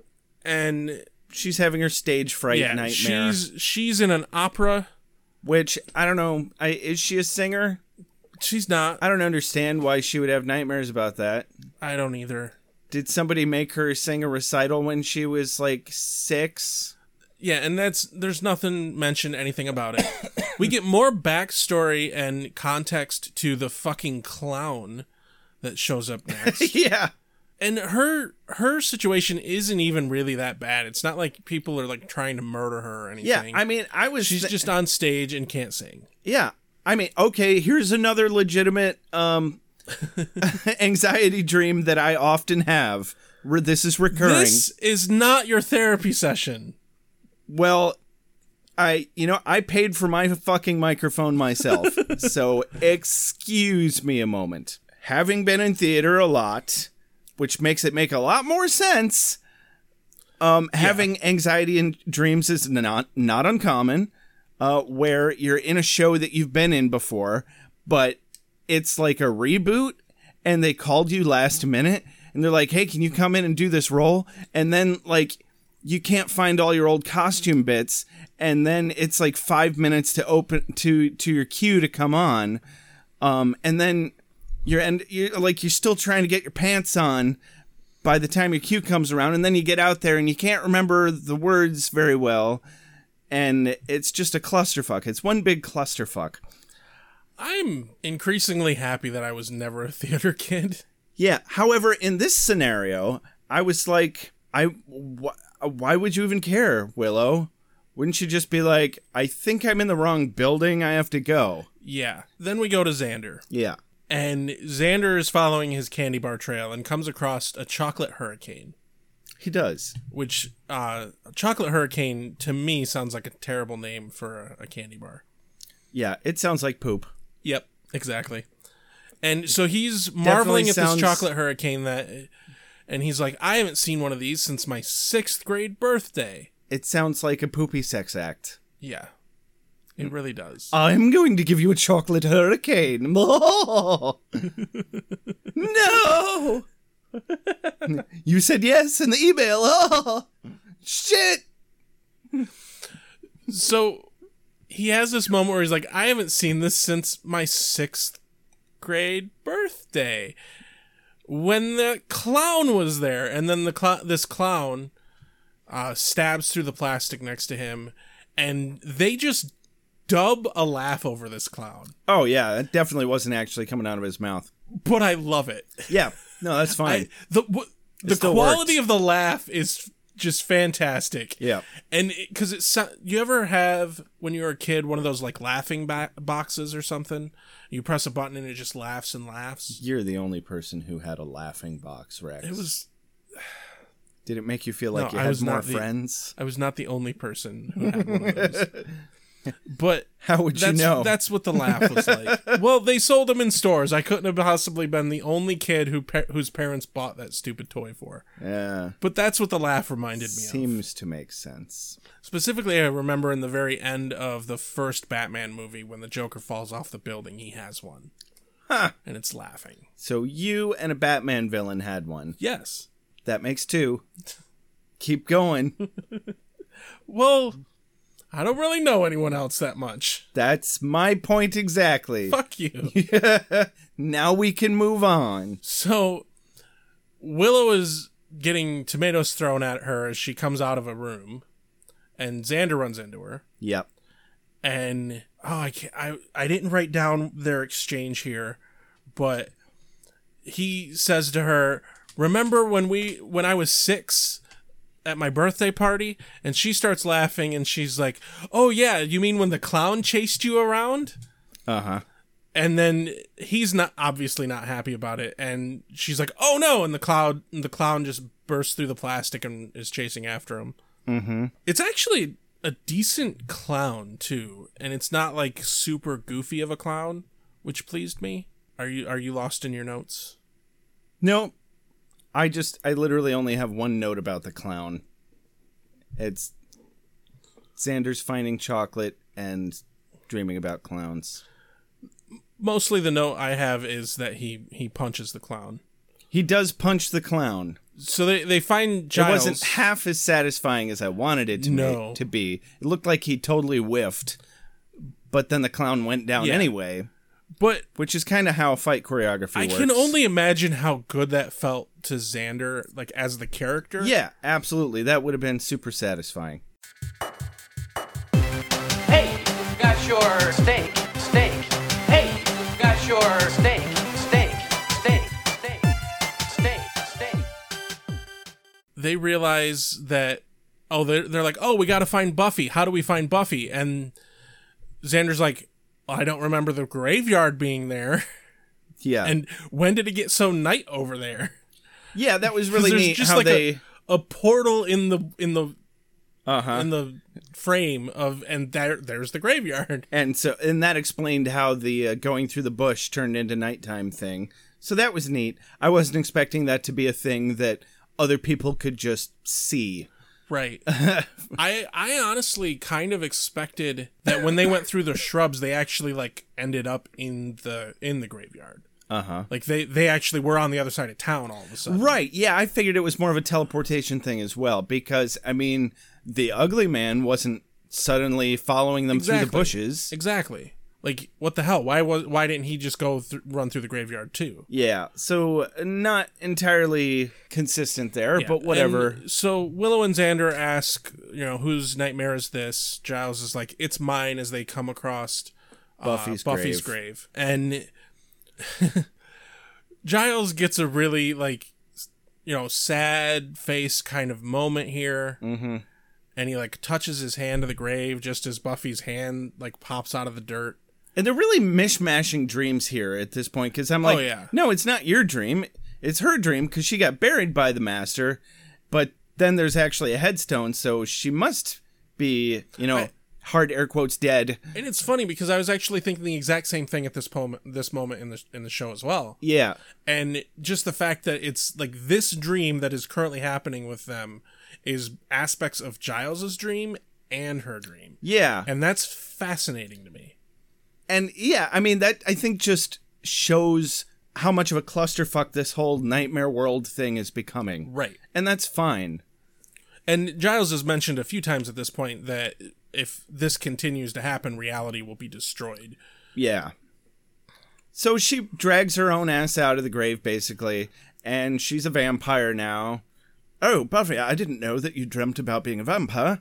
and
She's having her stage fright
yeah,
nightmare.
she's she's in an opera.
Which, I don't know, I, is she a singer?
She's not.
I don't understand why she would have nightmares about that.
I don't either.
Did somebody make her sing a recital when she was like six?
Yeah, and that's there's nothing mentioned anything about it. we get more backstory and context to the fucking clown that shows up next.
Yeah.
and her her situation isn't even really that bad. It's not like people are like trying to murder her or
Yeah.
anything.
I mean, I was.
she's
thi-
just on stage and can't sing.
Yeah. I mean, okay, here's another legitimate um anxiety dream that I often have. Re- This is recurring.
This is not your therapy session.
Well, I you know, I paid for my fucking microphone myself. so, excuse me a moment. Having been in theater a lot, which makes it make a lot more sense, um having anxiety and dreams is not not uncommon. uh, where you're in a show that you've been in before, but it's like a reboot, and they called you last minute, and they're like, "Hey, can you come in and do this role?" And then like you can't find all your old costume bits, and then it's like five minutes to open to to your cue to come on, um, and then you're and you're like you're still trying to get your pants on. By the time your cue comes around, and then you get out there and you can't remember the words very well, and it's just a clusterfuck. It's one big clusterfuck.
I'm increasingly happy that I was never a theater kid.
Yeah. However, in this scenario, I was like, I wh- why would you even care, Willow? Wouldn't you just be like, I think I'm in the wrong building. I have to go.
Yeah. Then we go to Xander.
Yeah.
And Xander is following his candy bar trail and comes across a chocolate hurricane,
He does.
which uh chocolate hurricane to me sounds like a terrible name for a, a candy bar.
Yeah. It sounds like poop.
Yep, exactly. And so he's marveling at
sounds-
this chocolate hurricane that and he's like, I haven't seen one of these since my sixth grade birthday.
It sounds like a poopy sex act.
Yeah. It really does.
I'm going to give you a chocolate hurricane. no. you said yes in the email. Oh, shit.
so he has this moment where he's like, I haven't seen this since my sixth grade birthday. When the clown was there, and then the cl- this clown uh, stabs through the plastic next to him, and they just dub a laugh over this clown.
Oh yeah, that definitely wasn't actually coming out of his mouth.
But I love it.
Yeah, no, that's fine.
I, the w- the
still
quality
works.
of the laugh is just fantastic.
Yeah.
and because it, so, you ever have when you were a kid one of those like laughing ba- boxes or something. You press a button and it just laughs and laughs.
You're the only person who had a laughing box, Rex.
It was
Did it make you feel like
No,
you
I
had
was
more
not the-
friends?
I was not the only person who had one of those. But
How would you
that's,
know?
That's what the laugh was like. well, they sold them in stores. I couldn't have possibly been the only kid who pa- whose parents bought that stupid toy for.
Yeah,
But that's what the laugh reminded me of.
seems to make sense.
Specifically, I remember in the very end of the first Batman movie when the Joker falls off the building, he has one. And it's laughing.
So you and a Batman villain had one.
Yes.
That makes two. Keep going.
Well, I don't really know anyone else that much.
That's my point exactly.
Fuck you.
Now we can move on.
so, Willow is getting tomatoes thrown at her as she comes out of a room, and Xander runs into her.
Yep.
and oh, I can't, I I didn't write down their exchange here, but he says to her, "Remember when we when I was six at my birthday party?" And she starts laughing, and she's like, "Oh yeah, you mean when the clown chased you around?"
Uh huh.
And then he's not obviously not happy about it, and she's like, "Oh no!" And the cloud the clown just bursts through the plastic and is chasing after him. It's actually a decent clown too, and it's not like super goofy of a clown, which pleased me. Are you are you lost in your notes?
No, I just I literally only have one note about the clown. It's Xander's finding chocolate and dreaming about clowns.
Mostly the note I have is that he he punches the clown.
He does punch the clown.
So they they find
It
Giles.
wasn't half as satisfying as I wanted it to,
No.
ma- to be. It looked like he totally whiffed, but then the clown went down
Yeah.
anyway.
But
which is kind of how fight choreography
I
works.
can only imagine how good that felt to Xander, like as the character.
Yeah, absolutely. That would have been super satisfying.
Hey, you got your steak, steak. Hey, you got your steak, steak, steak, steak, steak, steak.
They realize that oh they're they're like, Oh, we gotta find Buffy. How do we find Buffy? And Xander's like, I don't remember the graveyard being there.
Yeah,
And when did it get so night over there?
yeah, that was
'Cause
really
there's
neat.
just
how
like
they,
a, a portal in the in the
uh huh,
in the frame of and there there's the graveyard.
and so and that explained how the uh, going through the bush turned into nighttime thing. So that was neat. I wasn't expecting that to be a thing that other people could just see.
Right. I I honestly kind of expected that when they went through the shrubs, they actually like ended up in the in the graveyard. Uh
Uh-huh.
huh. Like they they actually were on the other side of town all of a sudden.
Right. Yeah, I figured it was more of a teleportation thing as well because I mean, the ugly man wasn't suddenly following them through the
Exactly.
bushes.
Exactly. Like what the hell? Why was why didn't he just go th- run through the graveyard too?
Yeah. So not entirely consistent there, but
Yeah,
whatever.
and uh, so Willow and Xander ask, you know, whose nightmare is this? Giles is like, it's mine. As they come across uh,
Buffy's
Buffy's
grave.
grave, and Giles gets a really like, s- you know, sad face kind of moment here, mm-hmm. and he like touches his hand to the grave just as Buffy's hand like pops out of the dirt.
And they're really mishmashing dreams here at this point because I'm like,
Oh, yeah.
no, it's not your dream. It's her dream because she got buried by the master. But then there's actually a headstone, so she must be, you know, hard air quotes dead.
And it's funny because I was actually thinking the exact same thing at this poem, this moment in the in the show as well.
Yeah.
and just the fact that it's like this dream that is currently happening with them is aspects of Giles's dream and her dream.
Yeah.
And that's fascinating to me.
and yeah, I mean that I think just shows how much of a clusterfuck this whole nightmare world thing is becoming.
Right.
And that's fine.
And Giles has mentioned a few times at this point that if this continues to happen, reality will be destroyed.
Yeah. So she drags her own ass out of the grave basically, and she's a vampire now. Oh, Buffy, I didn't know that you dreamt about being a vampire.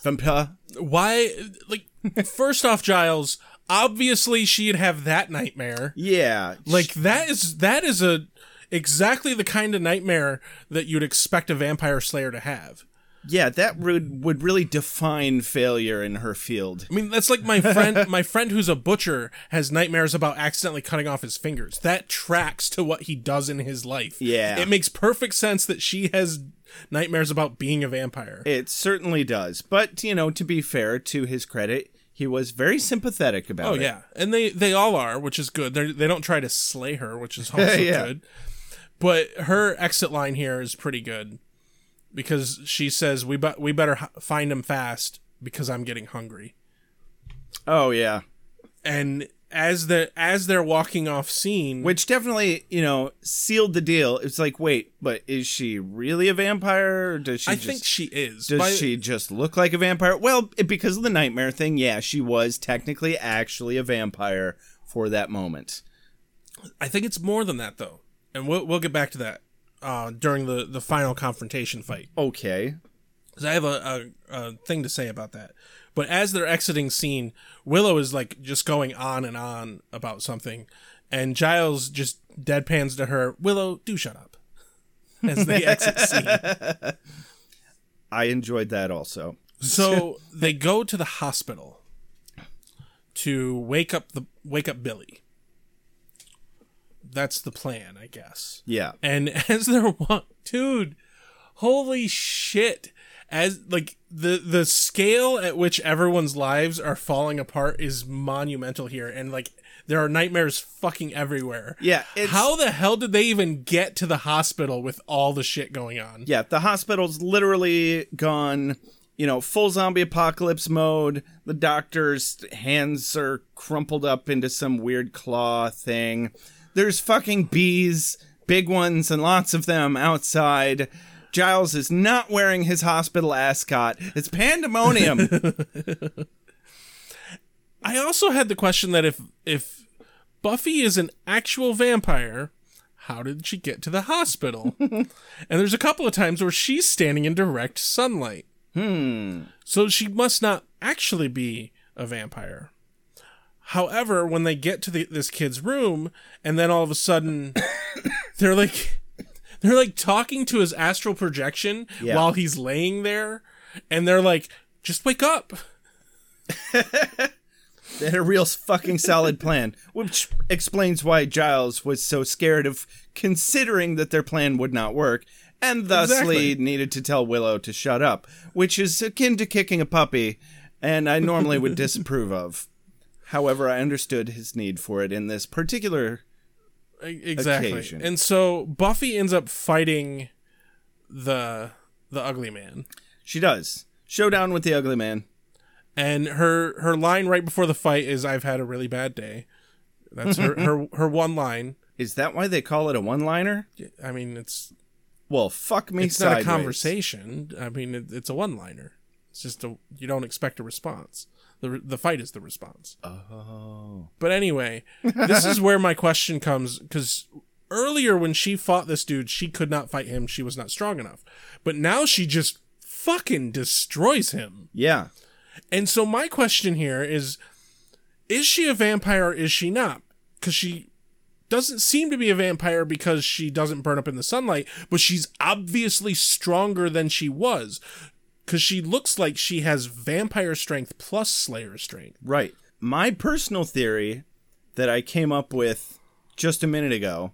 Vampire.
Why like first off Giles, obviously she'd have that nightmare.
Yeah.
Like that is that is a exactly the kind of nightmare that you'd expect a vampire slayer to have.
yeah, that would would really define failure in her field.
I mean, that's like my friend, my friend who's a butcher has nightmares about accidentally cutting off his fingers. That tracks to what he does in his life.
Yeah.
It makes perfect sense that she has nightmares about being a vampire.
It certainly does. But, you know, to be fair to his credit, he was very sympathetic about
oh
it.
yeah. And they, they all are, which is good. They're, they don't try to slay her, which is also
Yeah.
good. But her exit line here is pretty good because she says, we, be- we better h- find him fast because I'm getting hungry.
Oh yeah.
And as the, as they're walking off scene,
Which definitely, you know, sealed the deal. It's like, wait, but is she really a vampire? Or does she
I
just
think she is.
does
By-
she just look like a vampire? Well, it- because of the nightmare thing, yeah, she was technically actually a vampire for that moment.
I think it's more than that though, and we'll we'll get back to that uh, during the the final confrontation fight
Okay.
because I have a, a a thing to say about that. But as they're exiting scene, Willow is like just going on and on about something, and Giles just deadpans to her, "Willow, do shut up." As they exit scene,
I enjoyed that also.
so they go to the hospital to wake up the wake up Billy. That's the plan, I guess.
Yeah.
And as they're wa- dude, holy shit! As like the the scale at which everyone's lives are falling apart is monumental here, and like there are nightmares fucking everywhere.
Yeah, it's-
How the hell did they even get to the hospital with all the shit going on?
Yeah, the hospital's literally gone, you know, full zombie apocalypse mode. The doctor's hands are crumpled up into some weird claw thing. There's fucking bees, big ones, and lots of them outside. Giles is not wearing his hospital ascot. It's pandemonium.
I also had the question that if if Buffy is an actual vampire. How did she get to the hospital? and there's a couple of times where she's standing in direct sunlight. Hmm. So she must not actually be a vampire. However, when they get to the, this kid's room, and then all of a sudden, they're like, they're like talking to his astral projection
Yeah.
while he's laying there, and they're like, "Just wake up."
They had a real fucking solid plan, which explains why Giles was so scared of considering that their plan would not work, and thusly
Exactly.
needed to tell Willow to shut up, which is akin to kicking a puppy, and I normally would disapprove of. However, I understood his need for it in this particular.
E- exactly
occasion.
and so buffy ends up fighting the the ugly man
She does. Showdown with the ugly man.
and her her line right before the fight is i've had a really bad day that's her her, her one line
Is that why they call it a one liner?
i mean it's
Well, fuck me
it's
sideways.
not a conversation i mean it, it's a one liner it's just a you don't expect a response the, re- the fight is the response oh but anyway this is where my question comes because earlier when she fought this dude she could not fight him she was not strong enough but now she just fucking destroys him
Yeah.
And so my question here is is she a vampire or is she not? Cuz she doesn't seem to be a vampire because she doesn't burn up in the sunlight, but she's obviously stronger than she was cuz she looks like she has vampire strength plus slayer strength.
Right. My personal theory that I came up with just a minute ago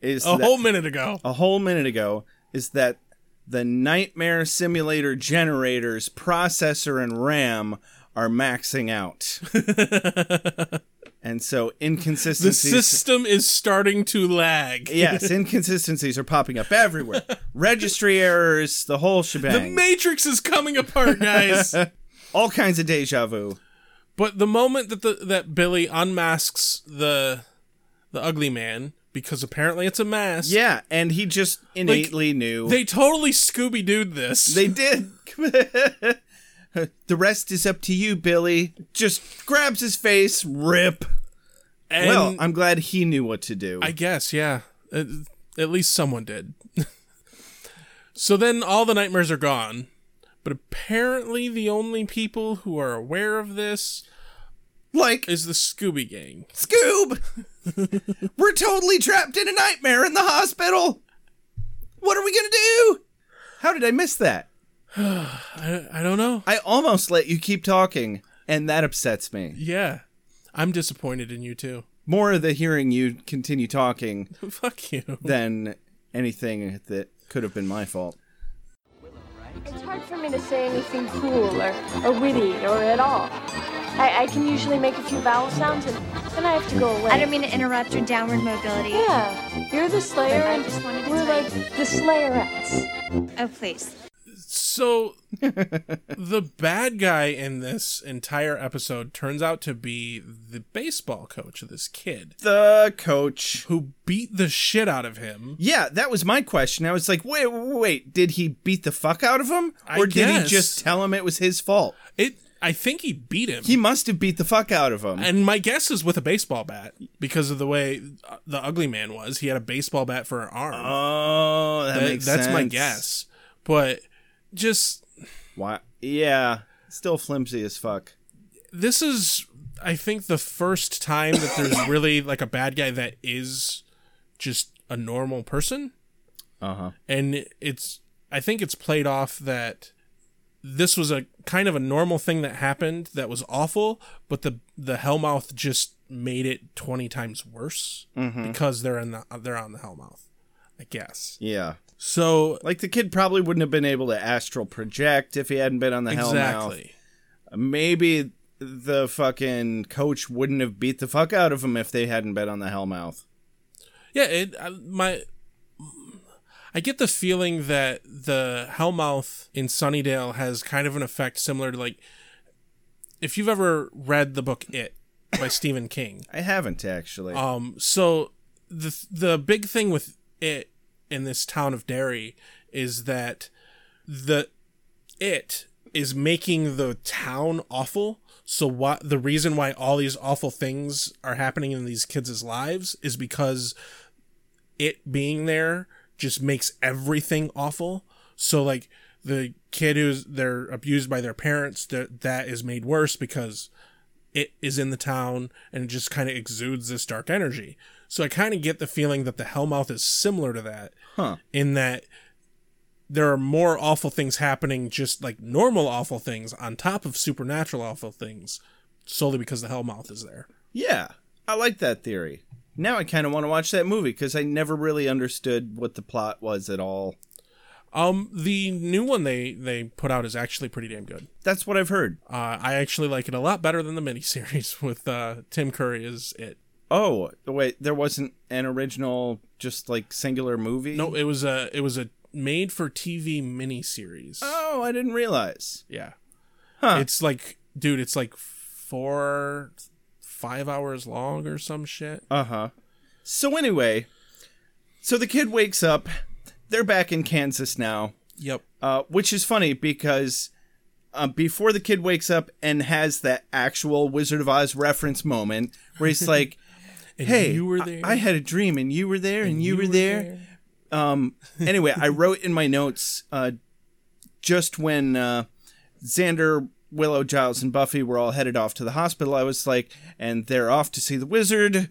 is that-
A
Oh,
whole minute ago.
a whole minute ago is that the nightmare simulator generators processor and RAM are maxing out. and so
The
inconsistencies
system is starting to lag.
Yes, inconsistencies are popping up everywhere. Registry errors, the whole
The
shebang.
matrix is coming apart, guys.
All kinds of deja vu.
But the moment that the that Billy unmasks the the ugly man because apparently it's a mask.
Yeah, and he just innately knew.
They totally Scooby Dooed this.
They did. the rest is up to you, Billy. Just grabs his face, rip.
and
well, I'm glad he knew what to do.
I guess, yeah. At, at least someone did. so then all the nightmares are gone. But apparently, the only people who are aware of this
like,
is the Scooby Gang.
Scoob! We're totally trapped in a nightmare in the hospital! What are we gonna do? How did I miss that?
I, I don't know.
I almost let you keep talking, and that upsets me.
Yeah. I'm disappointed in you, too.
More of the hearing you continue talking
Fuck you.
than anything that could have been my fault.
It's hard for me to say anything cool or, or witty or at all. I, I can usually make a few vowel sounds and then I have to go away.
I don't mean to interrupt your downward mobility.
yeah, you're the Slayer
I
and
just wanted to
we're
tell
like the Slayerettes.
Oh, please.
So the bad guy in this entire episode turns out to be the baseball coach of this kid
The coach.
who beat the shit out of him.
Yeah, that was my question. I was like, wait, wait, wait, did he beat the fuck out of him?
I
Or did he
guess.
just tell him it was his fault?
It I think he beat him.
He must have beat the fuck out of him.
and my guess is with a baseball bat because of the way uh, the ugly man was. He had a baseball bat for an arm.
oh, that,
That-
makes
that's my
sense.
guess. But just
Why? Yeah, still flimsy as fuck.
this is I think the first time that there's really like a bad guy that is just a normal person.
Uh-huh.
And it's I think it's played off that this was a kind of a normal thing that happened that was awful, but the the Hellmouth just made it twenty times worse because they're in the they're on the Hellmouth, I guess.
Yeah.
So
Like the kid probably wouldn't have been able to astral project if he hadn't been on the
exactly,
Hellmouth. Maybe the fucking coach wouldn't have beat the fuck out of him if they hadn't been on the Hellmouth.
yeah. It I, my I get the feeling that the Hellmouth in Sunnydale has kind of an effect similar to like if you've ever read the book It by Stephen King.
I haven't actually.
Um, so the the big thing with it in this town of Derry is that the it is making the town awful. So what the reason why all these awful things are happening in these kids' lives is because it being there just makes everything awful. So like the kid who's they're abused by their parents, that that is made worse because it is in the town and it just kind of exudes this dark energy. So I kind of get the feeling that the Hellmouth is similar to that,
Huh.
in that there are more awful things happening, just like normal awful things, on top of supernatural awful things, solely because the Hellmouth is there.
Yeah, I like that theory. Now I kind of want to watch that movie because I never really understood what the plot was at all.
Um, the new one they they put out is actually pretty damn good.
That's what I've heard.
Uh, I actually like it a lot better than the miniseries with uh, Tim Curry as it.
Oh, wait, there wasn't an original, just like singular movie?
No, it was a it was a made for TV miniseries.
Oh, I didn't realize.
Yeah.
Huh.
It's like, dude, it's like four, five hours long or some shit.
Uh huh. So, anyway, so the kid wakes up. They're back in Kansas now.
Yep.
uh, which is funny because uh, before the kid wakes up and has that actual Wizard of Oz reference moment where he's like, "Hey,
you were
I-
there.
I, had a dream, and you were there, and, you, were, there." Um, Anyway, I wrote in my notes uh, just when uh, Xander, Willow, Giles, and Buffy were all headed off to the hospital. I was like, "And they're off to see the wizard,"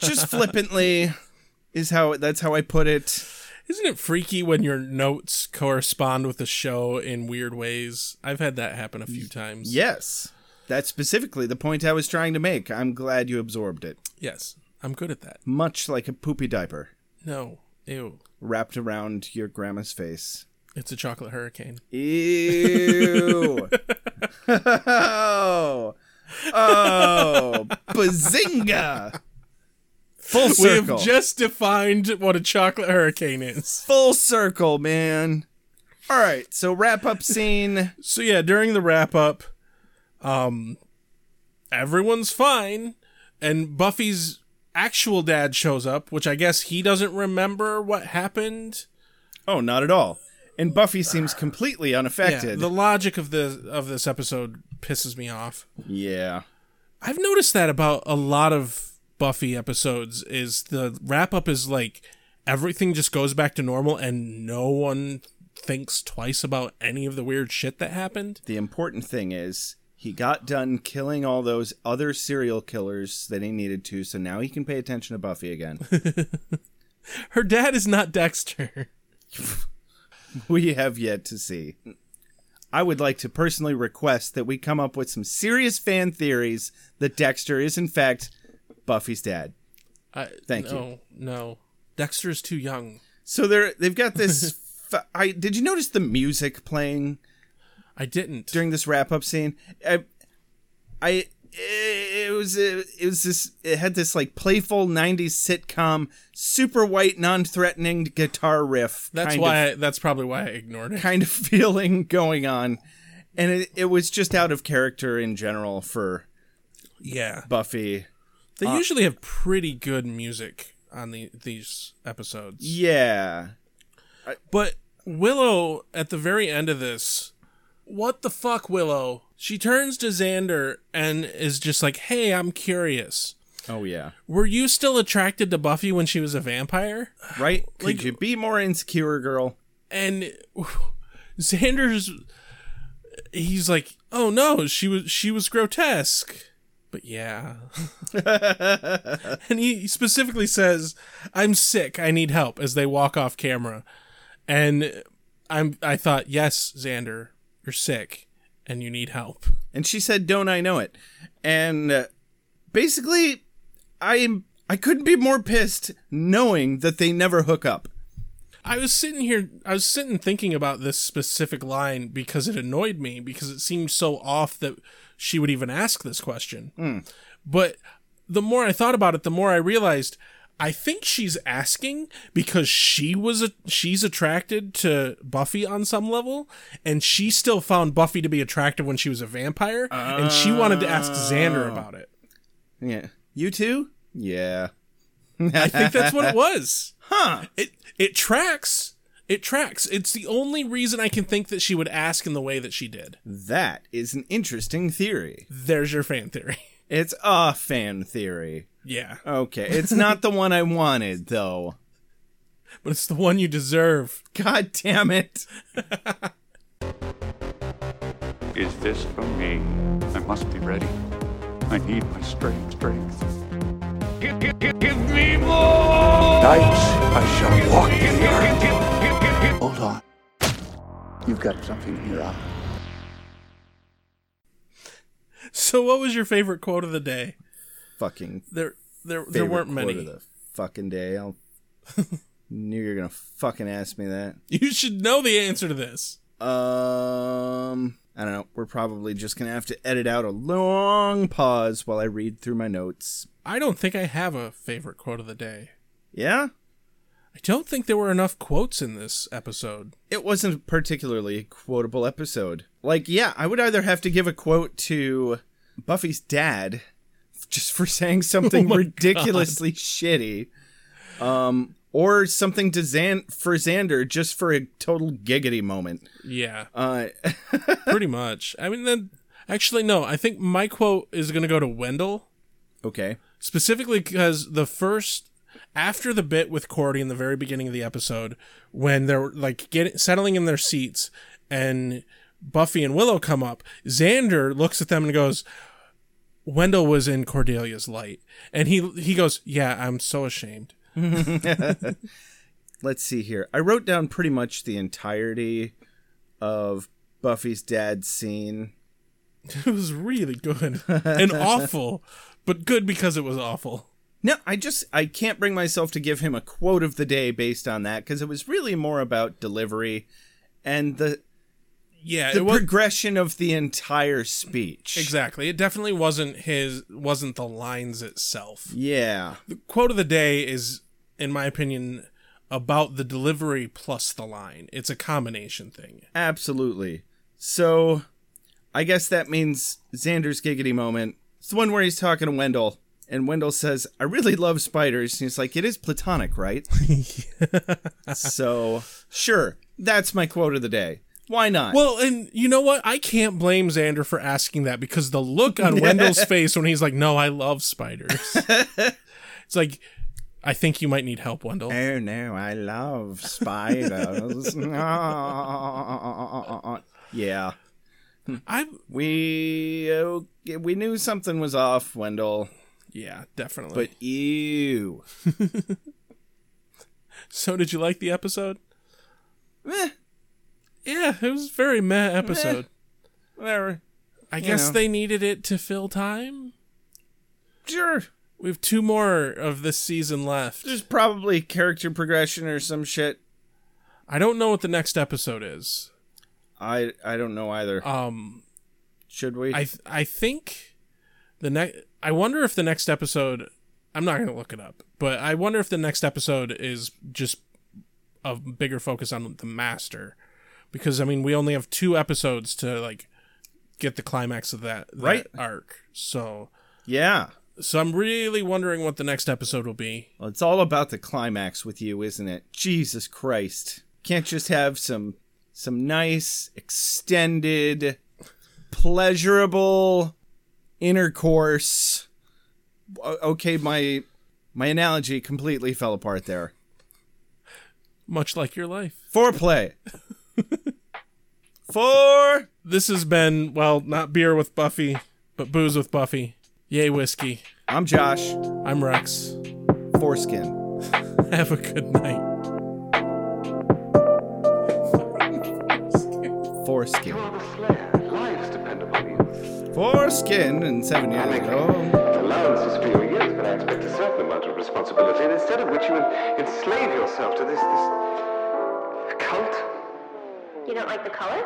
just flippantly. Is how that's how I put it.
Isn't it freaky when your notes correspond with the show in weird ways? I've had that happen a few times.
Yes. That's specifically the point I was trying to make. I'm glad you absorbed it.
Yes. I'm good at that.
Much like a poopy diaper
No. Ew.
wrapped around your grandma's face.
It's a chocolate hurricane.
Ew. oh. Oh. Bazinga. Full
We have
circle.
just defined what a chocolate hurricane is.
Full circle, man. All right. So, wrap up scene.
So yeah, during the wrap up, um, everyone's fine, and Buffy's actual dad shows up, which I guess he doesn't remember what happened.
Oh, not at all. And Buffy seems completely
Yeah,
unaffected.
the logic of the of this episode pisses me off.
yeah.
I've noticed that about a lot of Buffy episodes is the wrap up is like everything just goes back to normal and no one thinks twice about any of the weird shit that happened.
The important thing is he got done killing all those other serial killers that he needed to, so now he can pay attention to Buffy again.
Her dad is not Dexter.
we have yet to see. I would like to personally request that we come up with some serious fan theories that Dexter is, in fact, Buffy's dad.
I,
Thank you.
no, No, Dexter's too young.
So they're they've got this. f- I did you notice the music playing
I didn't.
during this wrap up scene. I, I, it was it was this. It had this like playful '90s sitcom, super white, non-threatening guitar riff.
that's
kind
why.
of,
I, that's probably why I ignored it.
kind of feeling going on, and it, it was just out of character in general for
Yeah,
Buffy.
they
Uh,
usually have pretty good music on the these episodes.
Yeah,
But Willow, at the very end of this, what the fuck, Willow? She turns to Xander and is just like, "Hey, I'm curious.
oh yeah,
Were you still attracted to Buffy when she was a vampire?"
right. Could
Like-
you be more insecure, girl?
and Xander's he's like, "Oh no, she was she was grotesque." But yeah. and he specifically says, "I'm sick. I need help" as they walk off camera. And I'm I thought, "Yes, Xander, you're sick and you need help."
and she said don't i know it and uh, basically i am i couldn't be more pissed knowing that they never hook up
I was sitting here I was sitting thinking about this specific line because it annoyed me because it seemed so off that she would even ask this question. But the more I thought about it, the more I realized I think she's asking because she was a, she's attracted to Buffy on some level and she still found Buffy to be attractive when she was a vampire and she wanted to ask Xander about it.
yeah you too yeah
I think that's what it was. Huh. It it tracks. It tracks. It's the only reason I can think that she would ask in the way that she did.
That is an interesting theory.
There's your fan theory.
It's a fan theory.
Yeah.
Okay, it's not the one I wanted, though.
But it's the one you deserve.
God damn it.
Is this for me? I must be ready. I need my strength, strength. Give, give, give, give me more!
Nights I shall walk in here.
Hold on.
You've got something in your eye.
So what was your favorite quote of the day?
Fucking
There there there
favorite
weren't
quote
many.
of the fucking day. I knew you were gonna fucking ask me that.
You should know the answer to this.
Um, I don't know. We're probably just gonna have to edit out a long pause while I read through my notes.
I don't think I have a favorite quote of the day.
Yeah,
I don't think there were enough quotes in this episode.
it wasn't a particularly quotable episode. Like, yeah, I would either have to give a quote to Buffy's dad just for saying something
my
ridiculously shitty, um, or something to Zan for Xander just for a total giggity moment.
Yeah,
Uh,
pretty much. I mean then actually no, I think my quote is going to go to Wendell
okay.
specifically because the first after the bit with Cordy in the very beginning of the episode, when they're like getting settling in their seats, and Buffy and Willow come up, Xander looks at them and goes, "Wendell was in Cordelia's light," and he he goes, "Yeah, I'm so ashamed."
let's see here. I wrote down pretty much the entirety of Buffy's dad's scene.
It was really good and awful, but good because it was awful.
No, I just I can't bring myself to give him a quote of the day based on that because it was really more about delivery and the
Yeah,
the
it was
progression of the entire speech.
exactly. It definitely wasn't his wasn't the lines itself.
Yeah.
quote of the day is, in my opinion, about the delivery plus the line. It's a combination thing.
Absolutely. So, I guess that means Xander's giggity moment. It's the one where he's talking to Wendell, and Wendell says, I really love spiders. And he's like, It is platonic, right? so, sure. That's my quote of the day. Why not?
Well, and you know what? I can't blame Xander for asking that because the look on Wendell's face when he's like, "No, I love spiders." it's like, I think you might need help, Wendell.
oh no, I love spiders. yeah.
I,
We, okay, we knew something was off, Wendell.
yeah, definitely.
But ew.
so, did you like the episode?
Eh,
Yeah, it was a very meh episode.
whatever.
I guess
know.
they needed it to fill time.
Sure.
We have two more of this season left.
There's probably character progression or some shit.
I don't know what the next episode is.
I I don't know either.
Um,
Should we?
I th- I think the next. I wonder if the next episode. I'm not going to look it up, but I wonder if the next episode is just a bigger focus on the master, because I mean we only have two episodes to like get the climax of that, that
Right.
arc. So
yeah.
so I'm really wondering what the next episode will be.
Well, it's all about the climax with you, isn't it? Jesus Christ. Can't just have some some nice extended pleasurable intercourse. O- Okay, my my analogy completely fell apart there.
Much like your life.
Foreplay. Four.
This has been well not beer with Buffy, but booze with Buffy. Yay whiskey.
I'm Josh.
I'm Rex.
Foreskin.
Have a good night.
Foreskin.
Lives depend upon you.
Foreskin and seven years ago.
Allowance is for your years, but I expect a certain amount of responsibility, and instead of which you en- enslave yourself to this this cult.
You don't like the color?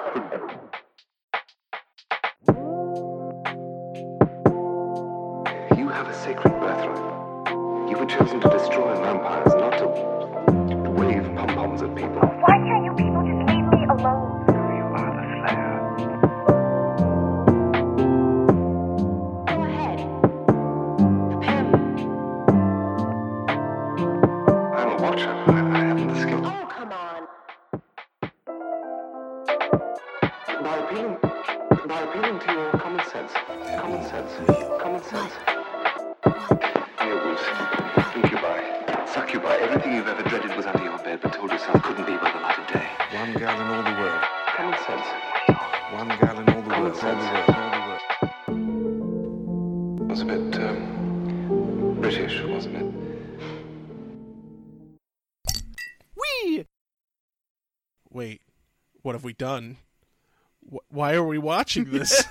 You have a sacred birthright. You were chosen to destroy vampires, not to wave pom poms at people.
Why can't you people just leave me alone?
You are the Slayer.
Go ahead. Prepare me.
I'm a watcher. I, I haven't the skill.
Oh, come on.
um, British, wasn't it?
Wait, what have we done? Wh- why are we watching this?